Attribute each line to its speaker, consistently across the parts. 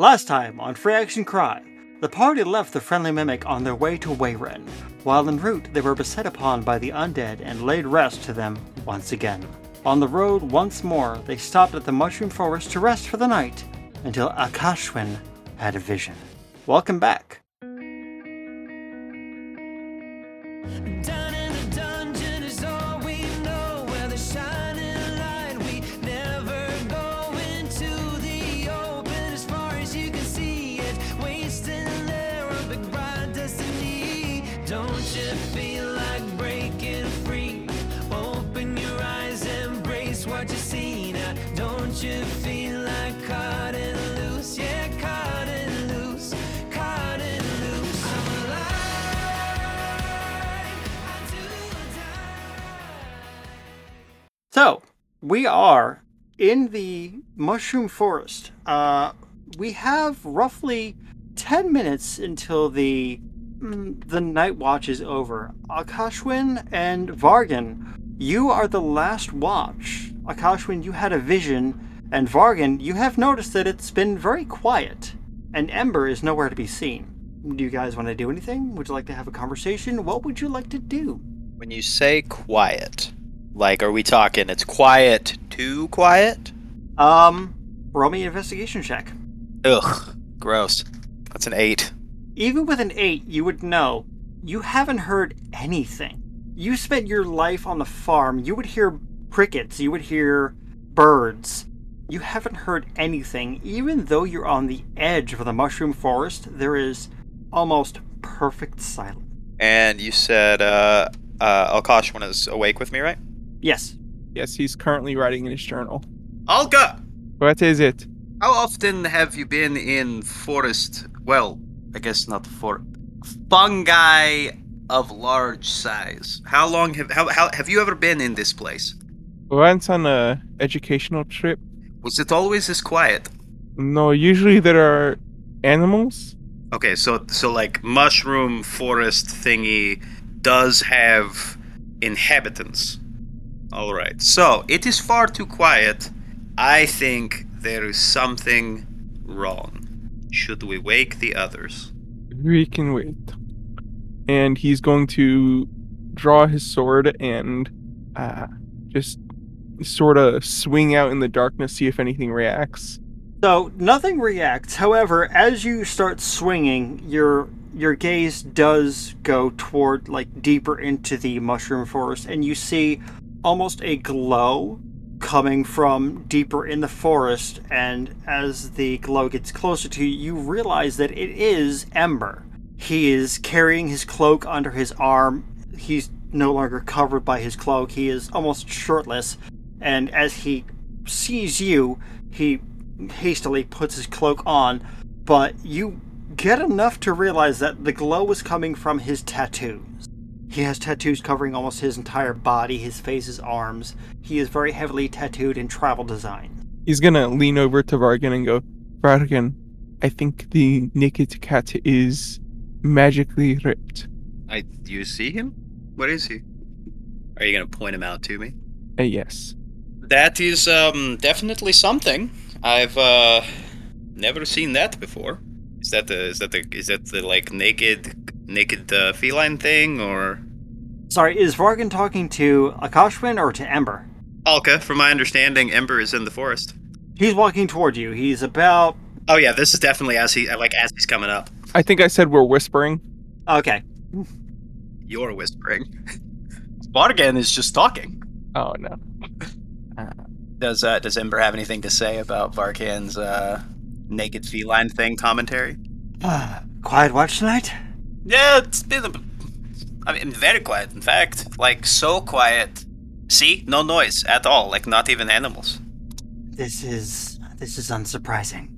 Speaker 1: Last time on Free Action Cry, the party left the friendly mimic on their way to Wayren. While en route, they were beset upon by the undead and laid rest to them once again. On the road once more, they stopped at the mushroom forest to rest for the night until Akashwin had a vision. Welcome back.
Speaker 2: Down in the dungeon is all we know. Where the shining light, we never go into the open. As far as you can see, it wasting there a big bright destiny. Don't you feel like breaking free? Open your eyes, embrace what you see now. Don't you feel like caught and loose? Yeah, caught and loose, caught and loose. I'm alive until time.
Speaker 1: So, we are in the mushroom forest. Uh, we have roughly 10 minutes until the mm, the night watch is over. Akashwin and Vargan, you are the last watch. Akashwin, you had a vision, and Vargan, you have noticed that it's been very quiet, and Ember is nowhere to be seen. Do you guys want to do anything? Would you like to have a conversation? What would you like to do?
Speaker 3: When you say quiet, like, are we talking it's quiet, too quiet?
Speaker 1: Um, roll me an investigation check.
Speaker 3: Ugh, gross. That's an eight.
Speaker 1: even with an eight, you would know you haven't heard anything. You spent your life on the farm. You would hear crickets. You would hear birds. You haven't heard anything. Even though you're on the edge of the mushroom forest, there is almost perfect silence.
Speaker 3: And you said, uh, uh, Alkoshwan is awake with me, right?
Speaker 1: Yes.
Speaker 4: Yes, he's currently writing in his journal.
Speaker 5: Olga,
Speaker 4: What is it?
Speaker 5: how often have you been in forest? Well, I guess not for fungi of large size. How long have how, how have you ever been in this place?
Speaker 4: Once on a educational trip.
Speaker 5: Was it always this quiet?
Speaker 4: No, usually there are animals.
Speaker 5: Okay, so so like mushroom forest thingy does have inhabitants. All right. So, it is far too quiet. I think there is something wrong. Should we wake the others?
Speaker 4: We can wait. And he's going to draw his sword and uh, just sort of swing out in the darkness, see if anything reacts.
Speaker 1: So nothing reacts. However, as you start swinging, your your gaze does go toward like deeper into the mushroom forest, and you see almost a glow coming from deeper in the forest. And as the glow gets closer to you, you realize that it is Ember. He is carrying his cloak under his arm. He's no longer covered by his cloak. He is almost shirtless. And as he sees you, he hastily puts his cloak on, but you get enough to realize that the glow was coming from his tattoos. He has tattoos covering almost his entire body, his face, his arms. He is very heavily tattooed in tribal design.
Speaker 4: He's gonna lean over to Vargan and go, Vargan, I think the naked cat is magically ripped.
Speaker 5: I do you see him? Where is he? Are you gonna point him out to me?
Speaker 4: A Uh, yes.
Speaker 3: That is um, definitely something. I've uh,
Speaker 5: Never seen that before. Is that the is that the is that the like naked naked uh, feline thing or
Speaker 1: Sorry, is Vargan talking to Akashwin or to Ember?
Speaker 5: Alka? From my understanding, Ember is in the forest.
Speaker 1: He's walking toward you. He's about
Speaker 5: Oh yeah, this is definitely as he like as he's coming up.
Speaker 4: I think I said we're whispering.
Speaker 1: okay.
Speaker 5: You're whispering. Bargan is just talking.
Speaker 4: Oh no.
Speaker 3: does. Uh, does Ember have anything to say about Varkan's uh,
Speaker 5: Naked feline thing commentary.
Speaker 1: Ah, quiet watch tonight.
Speaker 3: Yeah, it's been. A, I mean, very quiet. In fact, like so quiet.
Speaker 5: See, no noise at all. Like not even animals.
Speaker 1: This is this is unsurprising.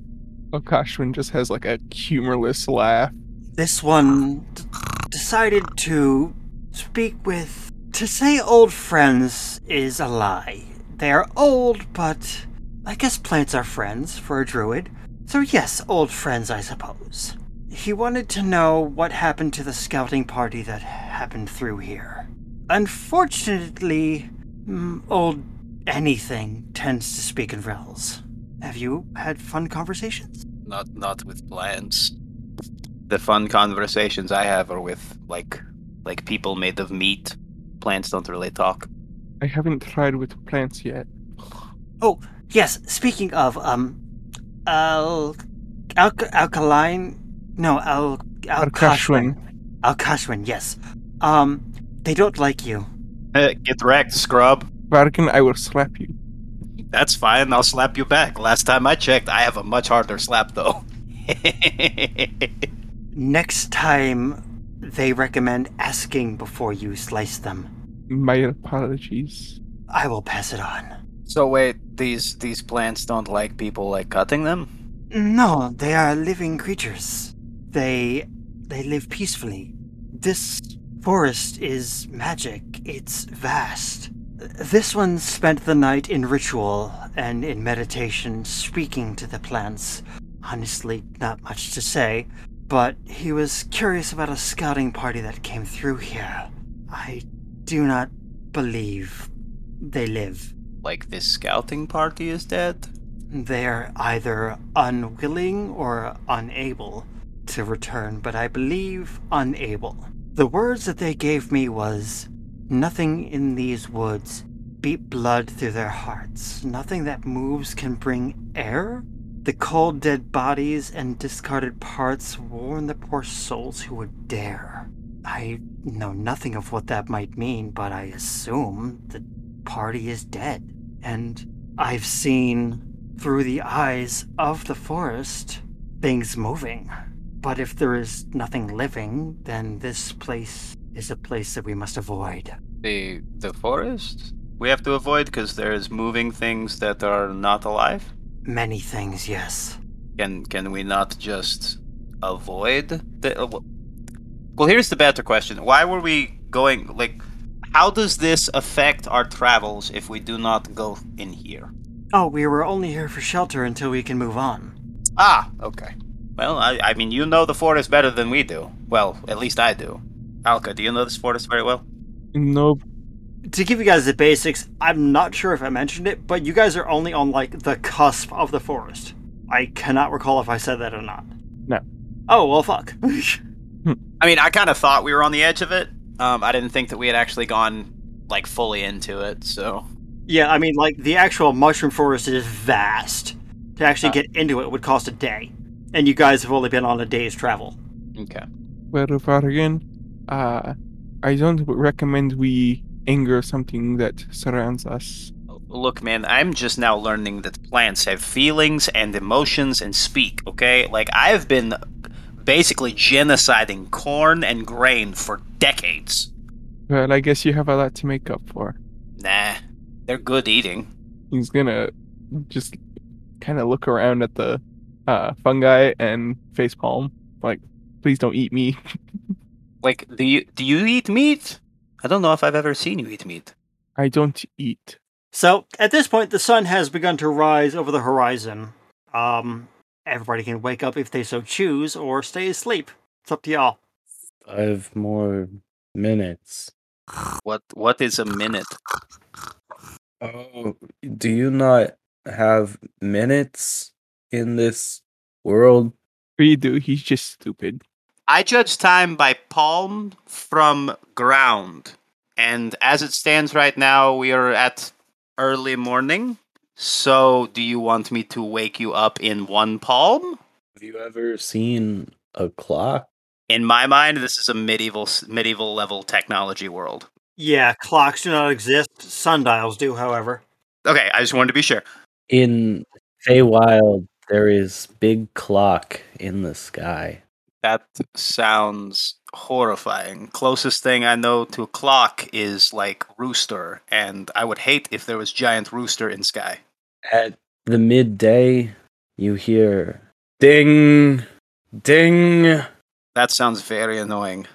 Speaker 4: Akashwin Oh just has like a humorless laugh.
Speaker 1: this one d- decided to speak with. To say old friends is a lie. They are old, but I guess plants are friends for a druid. So, yes, old friends, I suppose. He wanted to know what happened to the scouting party that happened through here. Unfortunately, mm, old anything tends to speak in rels. Have you had fun conversations?
Speaker 5: not not with plants. The fun conversations I have are with like like people made of meat. Plants don't really talk.
Speaker 4: I haven't tried with plants yet.
Speaker 1: Yes, speaking of um, al, al- alkaline, no al
Speaker 4: Alkashwan.
Speaker 1: alkashwin, alkashwin. Yes, um, they don't like you.
Speaker 5: Get wrecked, scrub.
Speaker 4: Varkin, I will slap you.
Speaker 5: That's fine. I'll slap you back. Last time I checked, I have a much harder slap though.
Speaker 1: Next time, they recommend asking before you slice them.
Speaker 4: My apologies.
Speaker 1: I will pass it on.
Speaker 5: so wait, these these plants don't like people like cutting them.
Speaker 1: No, they are living creatures. They they live peacefully. This forest is magic. It's vast. This one spent the night in ritual and in meditation, speaking to the plants. Honestly, not much to say, but he was curious about a scouting party that came through here. I do not believe they live.
Speaker 5: Like this scouting party is dead.
Speaker 1: They're either unwilling or unable to return, but I believe unable. The words that they gave me was nothing in these woods beat blood through their hearts. Nothing that moves can bring air. The cold dead bodies and discarded parts warn the poor souls who would dare. I know nothing of what that might mean, but I assume the party is dead. And I've seen through the eyes of the forest things moving. But if there is nothing living, then this place is a place that we must avoid.
Speaker 5: The the forest we have to avoid because there is moving things that are not alive.
Speaker 1: Many things, yes.
Speaker 5: Can can we not just avoid the? uh, wh- Well, here's the better question: Why were we going? Like, how does this affect our travels if we do not go in here?
Speaker 1: Oh, we were only here for shelter until we can move on.
Speaker 5: Ah, okay. Well, I, I mean, you know the forest better than we do. Well, at least I do. Alka, do you know this forest very well?
Speaker 4: No,
Speaker 1: To give you guys the basics, I'm not sure if I mentioned it, but you guys are only on like the cusp of the forest. I cannot recall if I said that or not.
Speaker 4: No.
Speaker 1: Oh, well, fuck.
Speaker 5: I mean, I kind of thought we were on the edge of it. Um, I didn't think that we had actually gone like fully into it. So
Speaker 1: yeah, I mean, like, the actual mushroom forest is vast. To actually get into it would cost a day. And you guys have only been on a day's travel.
Speaker 5: okay.
Speaker 4: well, Varkin, uh, I don't recommend we anger something that surrounds us.
Speaker 5: Look, man, I'm just now learning that plants have feelings and emotions and speak, okay? Like, I've been basically genociding corn and grain for decades.
Speaker 4: Well, I guess you have a lot to make up for.
Speaker 5: Nah, they're good eating.
Speaker 4: He's gonna just kind of look around at the uh, fungi and face palm, like, please don't eat me.
Speaker 5: Like, do you do you eat meat? I don't know if I've ever seen you eat meat.
Speaker 4: I don't eat.
Speaker 1: So at this point, the sun has begun to rise over the horizon. Um, everybody can wake up if they so choose, or stay asleep. It's up to y'all.
Speaker 6: Five more minutes.
Speaker 5: What what is a minute?
Speaker 6: Oh, do you not have minutes in this world?
Speaker 4: We do. He's just stupid.
Speaker 5: I judge time by palm from ground. And as it stands right now, we are at early morning. So, do you want me to wake you up in one palm?
Speaker 6: Have you ever seen a clock?
Speaker 5: In my mind, this is a medieval medieval level technology world.
Speaker 1: Yeah, clocks do not exist. Sundials do, however.
Speaker 5: Okay, I just wanted to be sure.
Speaker 6: In Feywild, there is big clock in the sky.
Speaker 5: That sounds horrifying. Closest thing I know to a clock is like rooster, and I would hate if there was giant rooster in sky.
Speaker 6: At the midday, you hear ding, ding,
Speaker 5: That sounds very annoying.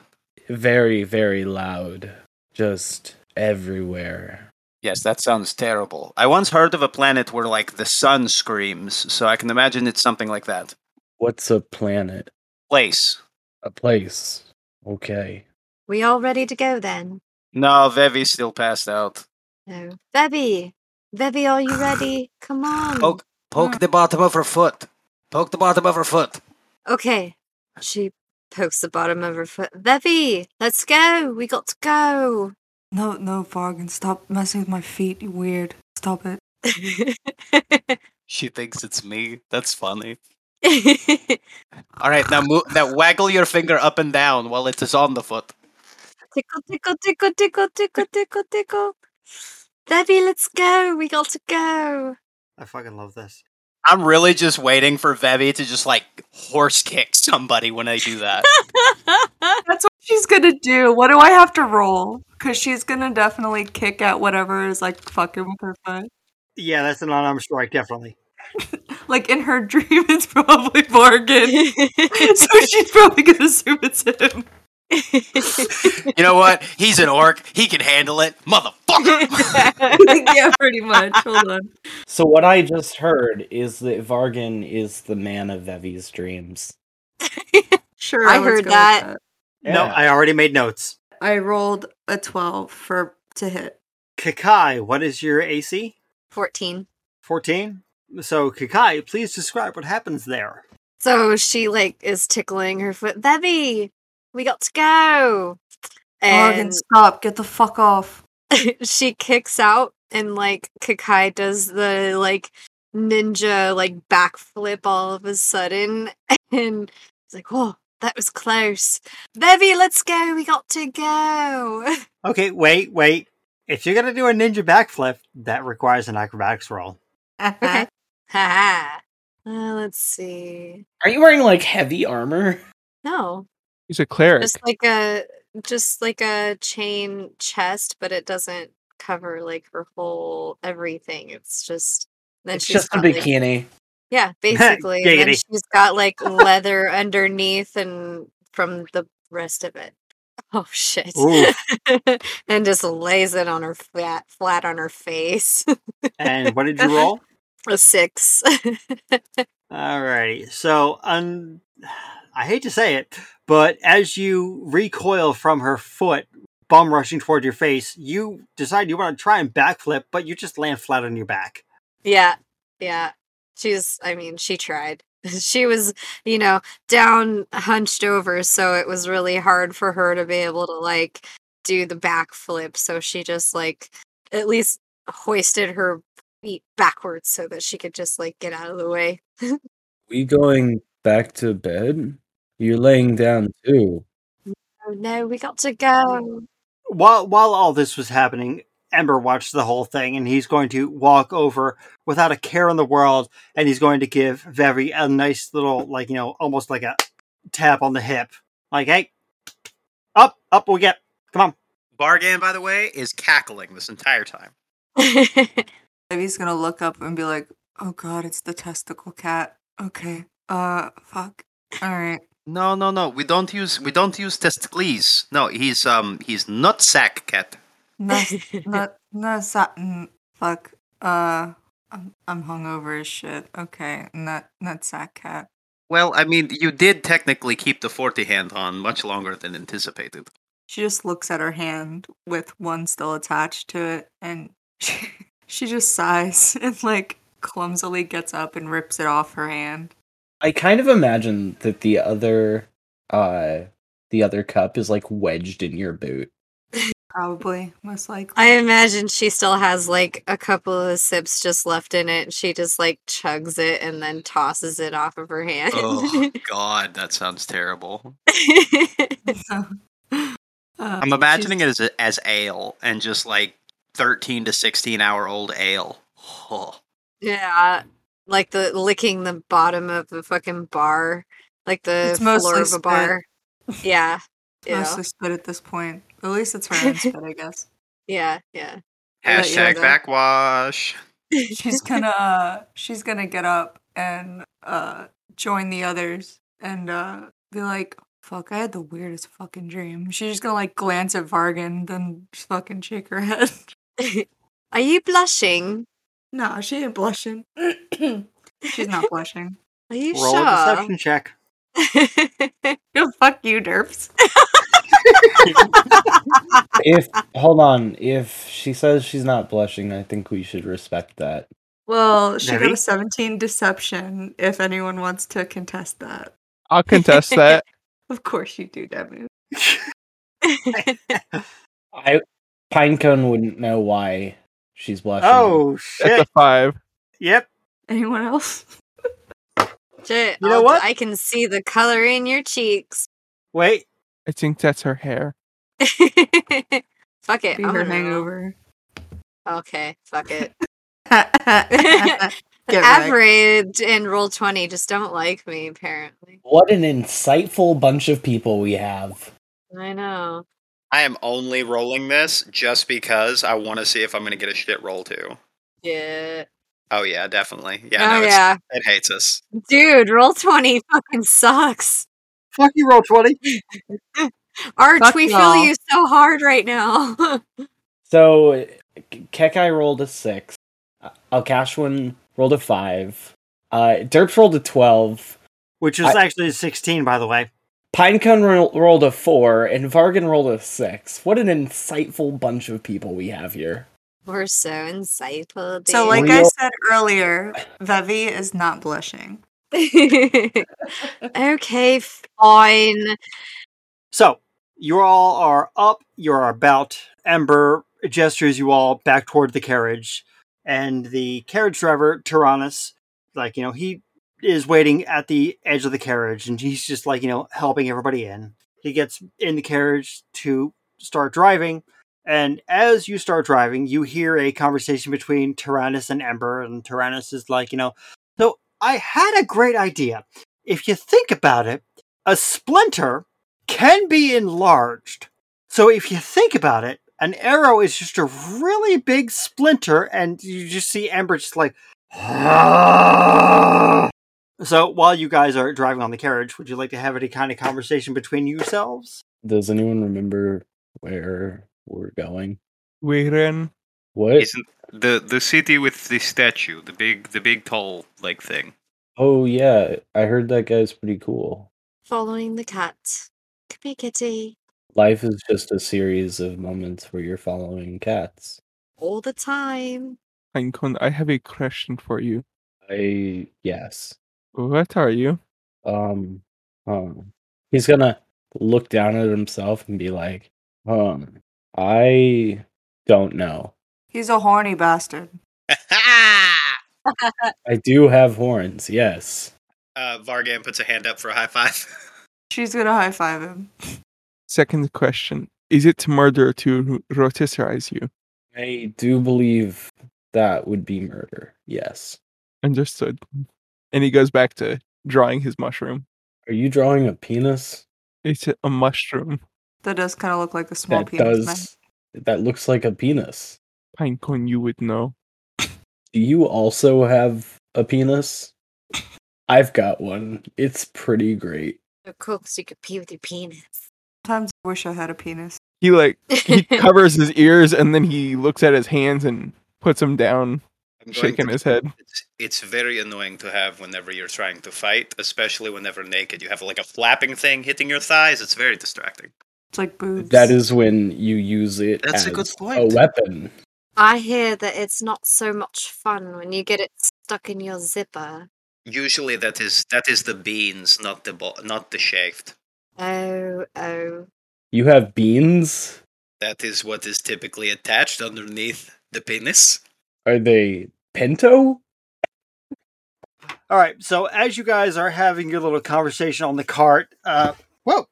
Speaker 6: very, very loud, just everywhere.
Speaker 5: Yes, that sounds terrible. I once heard of a planet where like the sun screams, so I can imagine it's something like that.
Speaker 6: What's a planet?
Speaker 5: Place.
Speaker 6: A place. Okay.
Speaker 7: We all ready to go then?
Speaker 5: No, Vevi's still passed out.
Speaker 7: No. Bebby, Bebby, are you ready? Come on.
Speaker 5: Oh. Poke the bottom of her foot.
Speaker 8: Poke the bottom of her foot.
Speaker 7: Okay. She pokes the bottom of her foot. Levy, let's go. We got to go.
Speaker 9: No, no, Bargain. Stop messing with my feet. You weird. Stop it.
Speaker 8: She thinks it's me. That's funny. All right, now move. Now waggle your finger up and down while it is on the foot.
Speaker 7: tickle, tickle, tickle, tickle, tickle, tickle, tickle. Levy, let's go. We got to go.
Speaker 1: I fucking love this.
Speaker 8: I'm really just waiting for Vevi to just like horse kick somebody when I do that.
Speaker 9: That's what she's gonna do. What do I have to roll? Because she's gonna definitely kick at whatever is like fucking with her foot.
Speaker 1: Yeah, that's an unarmed strike, definitely.
Speaker 9: Like in her dream, it's probably Bargain. so she's probably gonna assume it's him.
Speaker 8: you know what? He's an orc. He can handle it. Motherfucker.
Speaker 9: yeah, pretty much. Hold on.
Speaker 6: So what I just heard is that Vargan is the man of Vevi's dreams.
Speaker 9: Sure,
Speaker 7: I
Speaker 9: let's
Speaker 7: heard
Speaker 9: go with
Speaker 7: that.
Speaker 1: No, I already made notes.
Speaker 9: I rolled a twelve for to hit.
Speaker 1: Kakai, what is your AC?
Speaker 7: 14.
Speaker 1: 14? So, Kakai, please describe what happens there.
Speaker 7: So she like is tickling her foot. Bevy, we got to go.
Speaker 9: Bargain,
Speaker 7: And
Speaker 9: stop. Get the fuck off.
Speaker 7: she kicks out and like Kakai does the like ninja like backflip all of a sudden and it's like, whoa, that was close. Bevy, let's go, we got to go.
Speaker 1: Okay, wait, wait. If you're gonna do a ninja backflip, that requires an acrobatics roll.
Speaker 7: Okay. Haha. Uh, let's see.
Speaker 6: Are you wearing like heavy armor?
Speaker 7: No.
Speaker 4: He's a cleric.
Speaker 7: Just like a just like a chain chest, but it doesn't cover like her whole everything. It's just then
Speaker 6: It's
Speaker 7: she's
Speaker 6: just a
Speaker 7: got, like-
Speaker 6: bikini.
Speaker 7: yeah, basically. and then
Speaker 1: Giggity.
Speaker 7: she's got like leather underneath and from the rest of it. Oh shit.
Speaker 1: Ooh,
Speaker 7: and just lays it on her flat flat on her face.
Speaker 1: and what did you roll?
Speaker 7: a six.
Speaker 1: Alrighty, so un- I hate to say it, but as you recoil from her foot, bum rushing toward your face, you decide you want to try and backflip, but you just land flat on your back.
Speaker 7: Yeah, yeah. She's, I mean, she tried. She was, you know, down hunched over, so it was really hard for her to be able to like do the backflip. So she just like at least hoisted her feet backwards so that she could just like get out of the way.
Speaker 6: We going back to bed? You're laying down too.
Speaker 7: Oh no, we got to go.
Speaker 1: While while all this was happening, Ember watched the whole thing, and he's going to walk over without a care in the world, and he's going to give Vevi a nice little, like you know, almost like a tap on the hip, like hey, up, up we get. Come on.
Speaker 5: Bargan, by the way, is cackling this entire time.
Speaker 9: Levy's gonna look up and be like, "Oh God, it's the testicle cat." Okay. Uh, fuck. All right.
Speaker 5: No, no, no. We don't use we don't use testicles. No, he's um he's nutsack cat.
Speaker 9: Not, not, not, satin. Fuck. Uh, I'm, I'm hungover as shit. Okay. Not, not sack cat.
Speaker 5: Well, I mean, you did technically keep the forty hand on much longer than anticipated.
Speaker 9: She just looks at her hand with one still attached to it, and she, she just sighs and like clumsily gets up and rips it off her hand.
Speaker 6: I kind of imagine that the other uh the other cup is like wedged in your boot.
Speaker 9: Probably, most likely.
Speaker 7: I imagine she still has like a couple of sips just left in it. She just like chugs it and then tosses it off of her hand.
Speaker 5: Oh God, that sounds terrible. I'm
Speaker 9: Um, I'm
Speaker 5: imagining it as a, as ale and just like thirteen to sixteen hour old ale. Oh.
Speaker 7: Yeah, like the licking the bottom of the fucking bar, like the
Speaker 9: It's
Speaker 7: floor
Speaker 9: mostly
Speaker 7: of a bar. Yeah, yeah,
Speaker 9: mostly spit at this point. At least it's her own spit, I guess.
Speaker 7: yeah, yeah. Yeah, yeah,
Speaker 5: Hashtag
Speaker 7: that-
Speaker 5: backwash.
Speaker 9: She's gonna uh, she's gonna get up and uh, join the others and uh, be like, "Fuck, I had the weirdest fucking dream." She's just gonna like glance at Vargan, then just fucking shake her head.
Speaker 7: Are you blushing?
Speaker 9: No, she ain't blushing. She's not blushing.
Speaker 7: Are you
Speaker 1: Roll a
Speaker 7: sure?
Speaker 1: deception check.
Speaker 9: Yo, fuck you, derps.
Speaker 6: If hold on, if she says she's not blushing, I think we should respect that.
Speaker 9: Well, she got
Speaker 1: Maybe.
Speaker 9: a 17 deception if anyone wants to contest that.
Speaker 4: I'll contest that.
Speaker 9: Of course you do, Devin.
Speaker 6: I Pinecone wouldn't know why she's blushing.
Speaker 1: Oh
Speaker 4: That's
Speaker 1: shit!
Speaker 4: a five.
Speaker 1: Yep.
Speaker 9: Anyone else?
Speaker 7: Shit,
Speaker 1: You know
Speaker 7: I'll-
Speaker 1: what?
Speaker 7: I can see the color in your cheeks.
Speaker 1: Wait.
Speaker 4: I think that's her hair.
Speaker 7: fuck it.
Speaker 9: Be
Speaker 7: I'm
Speaker 9: her
Speaker 7: gonna
Speaker 9: hangover.
Speaker 7: roll. Okay, fuck it.
Speaker 9: Get wrecked.
Speaker 7: Average and roll 20 just don't like me, apparently.
Speaker 6: What an insightful bunch of people we have.
Speaker 7: I know.
Speaker 5: I am only rolling this just because I want to see if I'm going to get a shit roll too.
Speaker 7: Yeah.
Speaker 5: Oh yeah, definitely. Yeah,
Speaker 7: Oh,
Speaker 5: no, it's,
Speaker 7: yeah.
Speaker 5: it hates us.
Speaker 7: Dude, roll 20 fucking sucks.
Speaker 1: Fuck you, roll twenty.
Speaker 7: Arch,
Speaker 9: Fuck
Speaker 7: we
Speaker 9: y'all.
Speaker 7: feel you so hard right now.
Speaker 6: So K- Kekai rolled a six. Uh, Alcashwan rolled a five. Uh, Derps rolled a twelve.
Speaker 1: Which is
Speaker 6: I-
Speaker 1: actually sixteen, by the way.
Speaker 6: Pinecone ro- rolled a four, and Vargan rolled a six. What an insightful bunch of people we have here.
Speaker 7: We're so insightful. Dude.
Speaker 9: So, like I
Speaker 6: Real-
Speaker 9: said earlier, Vevi is not blushing.
Speaker 7: okay, fine.
Speaker 1: So you all are up. You are about. Ember gestures you all back toward the carriage, and the carriage driver Tyrannus, like you know, he is waiting at the edge of the carriage, and he's just like you know helping everybody in. He gets in the carriage to start driving. And as you start driving, you hear a conversation between Tyrannus and Ember, and Tyrannus is like, you know, so I had a great idea. If you think about it, a splinter can be enlarged. So if you think about it, an arrow is just a really big splinter, and you just see Ember just like. So while you guys are driving on the carriage, would you like to have any kind of conversation between yourselves?
Speaker 6: Does anyone remember where we're going?
Speaker 4: We ran.
Speaker 6: What?
Speaker 5: Isn't the the city with the statue, the big the big tall like thing?
Speaker 6: Oh yeah, I heard that guy's pretty cool.
Speaker 7: Following the cat. Come here, kitty.
Speaker 6: Life is just a series of moments where you're following cats.
Speaker 7: All the time.
Speaker 4: Pinecone, I have a question for you.
Speaker 6: I yes.
Speaker 4: What are you?
Speaker 6: Um, um he's gonna look down at himself and be like, um, I don't know.
Speaker 9: He's a horny bastard.
Speaker 5: Uh,
Speaker 6: I do have horns, yes.
Speaker 5: Uh, Vargan puts a hand up for a high five.
Speaker 9: She's gonna high five him.
Speaker 4: Second question. Is it murder to rotisserize you?
Speaker 6: I do believe that would be murder, yes.
Speaker 4: Understood. And he goes back to drawing his mushroom.
Speaker 6: Are you drawing a penis?
Speaker 4: It's a, a mushroom.
Speaker 9: That does kind of look like a small
Speaker 6: that
Speaker 9: penis. man.
Speaker 6: does that looks like a penis.
Speaker 4: Pinecone, you would know.
Speaker 6: Do you also have a penis? I've got one. It's pretty great.
Speaker 7: So cool, 'cause you could pee with your penis.
Speaker 9: Sometimes I wish I had a penis.
Speaker 4: He like he covers his ears and then he looks at his hands and puts them down.
Speaker 5: I'm
Speaker 4: Shaking his head.
Speaker 5: It's, it's very annoying to have whenever you're trying to fight, especially whenever naked. You have like a flapping thing hitting your thighs. It's very distracting.
Speaker 9: It's like boobs.
Speaker 6: That is when you use it
Speaker 5: That's
Speaker 6: as
Speaker 5: a good
Speaker 6: a
Speaker 5: point.
Speaker 6: weapon.
Speaker 7: I hear that it's not so much fun when you get it stuck in your zipper.
Speaker 5: Usually that is that is the beans, not the bo- not the shaved.
Speaker 7: Oh, oh.
Speaker 6: You have beans?
Speaker 5: That is what is typically attached underneath the penis.
Speaker 6: Are they pinto?
Speaker 1: All right. So as you guys are having your little conversation on the cart, uh, whoa,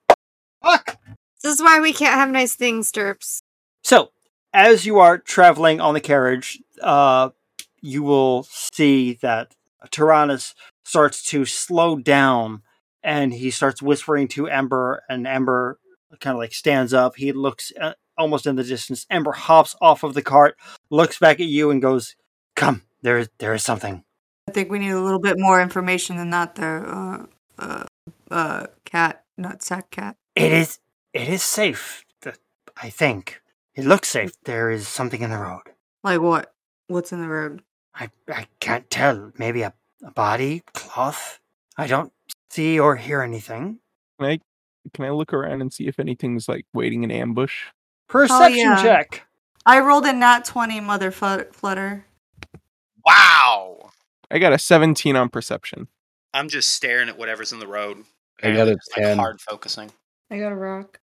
Speaker 1: fuck.
Speaker 7: This is why we can't have nice things, Derps.
Speaker 1: So, as you are traveling on the carriage, uh, you will see that Tyrannus starts to slow down and he starts whispering to Ember, and Ember kind of like stands up. He looks uh, almost in the distance. Ember hops off of the cart, looks back at you, and goes, Come, there is, there is something.
Speaker 9: I think we need a little bit more information than that, though. Uh, uh, uh, cat, not sack cat.
Speaker 1: It is, it is safe, th- I think. It looks safe. There is something in the road.
Speaker 9: Like what? What's in the road?
Speaker 1: I, I can't tell. Maybe a, a body, cloth. I don't see or hear anything.
Speaker 4: Can I can I look around and see if anything's like waiting in ambush?
Speaker 1: Perception
Speaker 9: yeah.
Speaker 1: check.
Speaker 9: I rolled a nat 20, mother flut- flutter.
Speaker 5: Wow.
Speaker 4: I got a 17 on perception.
Speaker 5: I'm just staring at whatever's in the road.
Speaker 6: I got a
Speaker 5: It's like
Speaker 6: 10.
Speaker 5: hard.
Speaker 8: focusing.
Speaker 9: I got a rock.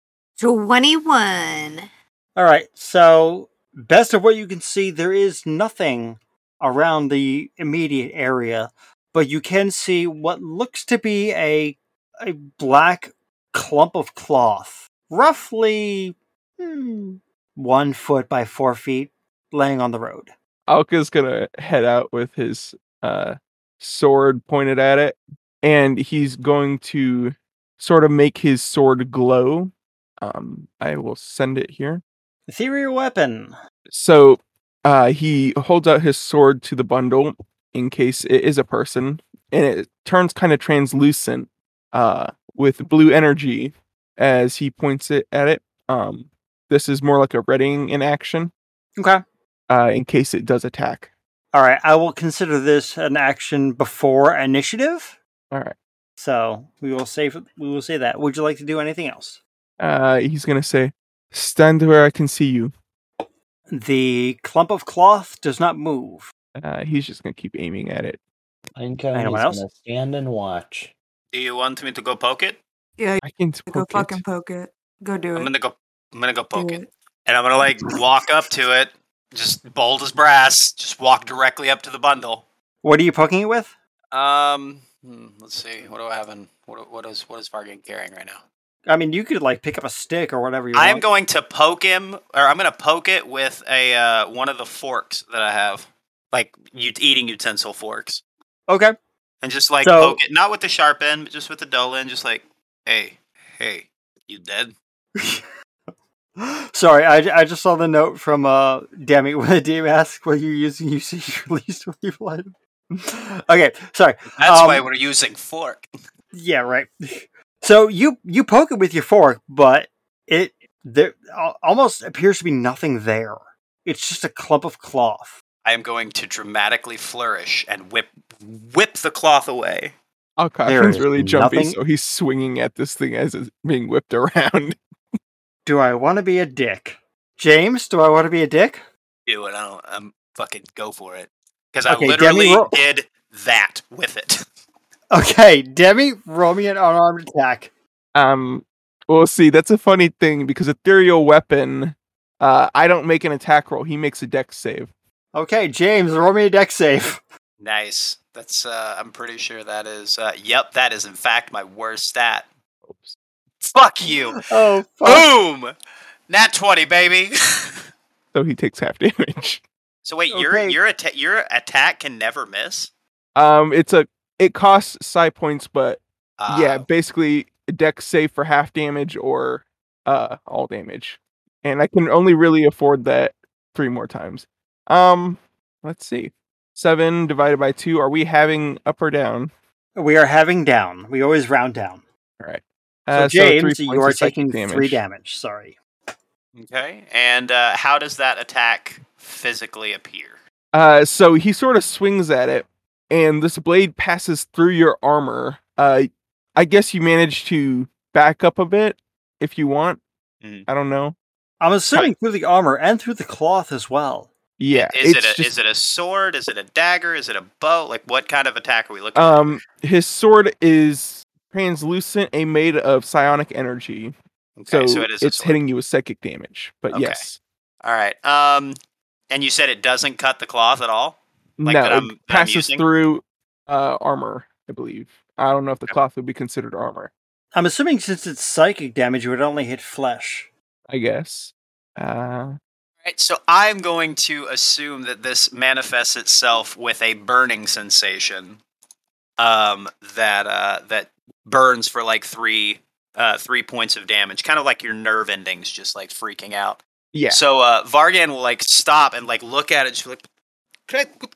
Speaker 7: 21.
Speaker 1: All right, so best of what you can see, there is nothing around the immediate area, but you can see what looks to be a a black clump of cloth, roughly hmm, one foot by four feet, laying on the road.
Speaker 4: Alka's gonna head out with his uh, sword pointed at it, and he's going to sort of make his sword glow. Um, I will send it here.
Speaker 1: Ethereal weapon.
Speaker 4: So uh, he holds out his sword to the bundle in case it is a person, and it turns kind of translucent uh, with blue energy as he points it at it. Um, this is more like a readying in action
Speaker 1: Okay.
Speaker 4: uh, in case it does attack.
Speaker 1: All right, I will consider this an action before initiative.
Speaker 4: All right.
Speaker 1: So we will say we will say that. Would you like to do anything else?
Speaker 4: Uh, he's gonna say, "Stand where I can see you."
Speaker 1: The clump of cloth does not move.
Speaker 4: Uh, he's just gonna keep aiming at it.
Speaker 6: Lincoln
Speaker 1: Anyone
Speaker 6: is
Speaker 1: else?
Speaker 6: gonna stand and watch.
Speaker 5: Do you want me to go poke it?
Speaker 9: Yeah,
Speaker 4: I can
Speaker 9: go
Speaker 4: poke
Speaker 9: fucking
Speaker 4: it.
Speaker 9: poke it. Go do it.
Speaker 5: I'm gonna go. I'm gonna go poke
Speaker 9: Mm. do
Speaker 5: it, and I'm gonna like walk up to it, just bold as brass. Just walk directly up to the bundle.
Speaker 1: What are you poking it with?
Speaker 5: Um, hmm, let's see. What do I have? In, what what is what is Vargan carrying right now?
Speaker 1: I mean, you could like pick up a stick or whatever you
Speaker 5: I
Speaker 1: want.
Speaker 5: am going to poke him, or I'm going to poke it with a uh, one of the forks that I have, like u- eating utensil forks,
Speaker 1: Okay.
Speaker 5: and just like
Speaker 1: So-
Speaker 5: poke it, not with the sharp end, but just with the dull end, just like, hey, hey, you dead?
Speaker 1: Sorry, I, I just saw the note from uh Demi when the DM asked what you're using. You see your least valuable item. okay, sorry.
Speaker 5: That's
Speaker 1: Um,
Speaker 5: why we're using fork.
Speaker 1: Yeah, right. So you you poke it with your fork, but it there al- almost appears to be nothing there. It's just a clump of cloth.
Speaker 5: I am going to dramatically flourish and whip whip the cloth away.
Speaker 1: There
Speaker 4: Alka's
Speaker 1: is
Speaker 4: Oh, really jumpy,
Speaker 1: nothing-
Speaker 4: so he's swinging at this thing as it's being whipped around.
Speaker 1: Do I want to be a dick, James? Do I want to be a dick?
Speaker 5: Do it. I don't. I'm fucking go for it because I
Speaker 1: Okay, Demi,
Speaker 5: literally
Speaker 1: roll.
Speaker 5: did that with it.
Speaker 1: Okay, Demi, roll me an unarmed attack.
Speaker 4: Um, we'll see. That's a funny thing because ethereal weapon. Uh, I don't make an attack roll. He makes a deck save.
Speaker 1: Okay, James, roll me a deck save.
Speaker 5: Nice. That's. Uh, I'm pretty sure that is. Uh, yep, that is in fact my worst stat.
Speaker 4: Oops.
Speaker 5: Fuck you.
Speaker 1: Oh,
Speaker 5: Boom. Nat twenty, baby.
Speaker 4: So he takes half damage.
Speaker 5: so wait, your
Speaker 1: Okay.
Speaker 5: your atta- your attack can never miss.
Speaker 4: Um, it's a it costs psi points, but
Speaker 5: Uh,
Speaker 1: Um,
Speaker 4: yeah, basically a deck save for half damage or uh all damage. And I can only really afford that three more times. Um, let's see. Seven divided by two. Are we having up or down?
Speaker 1: We are having down. We always round down.
Speaker 4: All right.
Speaker 1: So
Speaker 4: Uh, three
Speaker 1: James, you
Speaker 4: points
Speaker 1: are
Speaker 4: of psychic
Speaker 1: taking three damage. Sorry.
Speaker 5: Okay. And uh, how does that attack physically appear?
Speaker 4: Uh, so he sort of swings at it, and this blade passes through your armor. Uh, I guess you manage to back up a bit if you want.
Speaker 1: Hmm.
Speaker 5: Mhm.
Speaker 4: I don't know.
Speaker 1: I'm assuming through the armor and through the cloth as well.
Speaker 4: Yeah,
Speaker 5: Is it
Speaker 4: it's
Speaker 5: a
Speaker 4: just-
Speaker 5: is it a sword? Is it a dagger? Is it a bow? Like what kind of attack are we looking? at?
Speaker 4: um, his sword is translucent and made of psionic energy,
Speaker 5: Okay,
Speaker 4: so,
Speaker 5: so it is a
Speaker 4: it's
Speaker 5: sword.
Speaker 4: hitting you with psychic damage. But
Speaker 5: Okay.
Speaker 4: yes,
Speaker 5: All right. Um, and you said it doesn't cut the cloth at all. Like
Speaker 4: no,
Speaker 5: that I'm- that I'm
Speaker 4: it passes
Speaker 5: using?
Speaker 4: through uh, armor. I believe. I don't know if the cloth would be considered armor.
Speaker 1: I'm assuming since it's psychic damage, it would only hit flesh.
Speaker 4: I guess. Uh,
Speaker 5: Right, so I'm going to assume that this manifests itself with a burning sensation um, that uh, that burns for like three uh, three points of damage, kind of like your nerve endings just like freaking out.
Speaker 4: yeah.
Speaker 5: So uh, Vargan will like stop and like look at it. She's like, "Can I- what,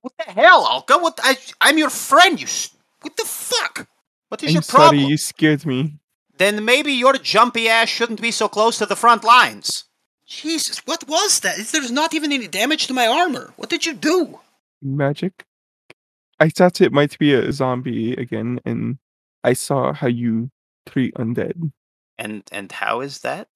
Speaker 5: what the hell, Alka? What I I'm your friend. You s- what the fuck? What is
Speaker 4: I'm
Speaker 5: your
Speaker 4: sorry,
Speaker 5: problem?
Speaker 4: you scared me.
Speaker 5: then maybe your jumpy ass shouldn't be so close to the front lines. Jesus, what was that? There's not even any damage to my armor. What did you do?
Speaker 4: magic. I thought it might be a zombie again, and I saw how you treat undead
Speaker 5: And and how is that?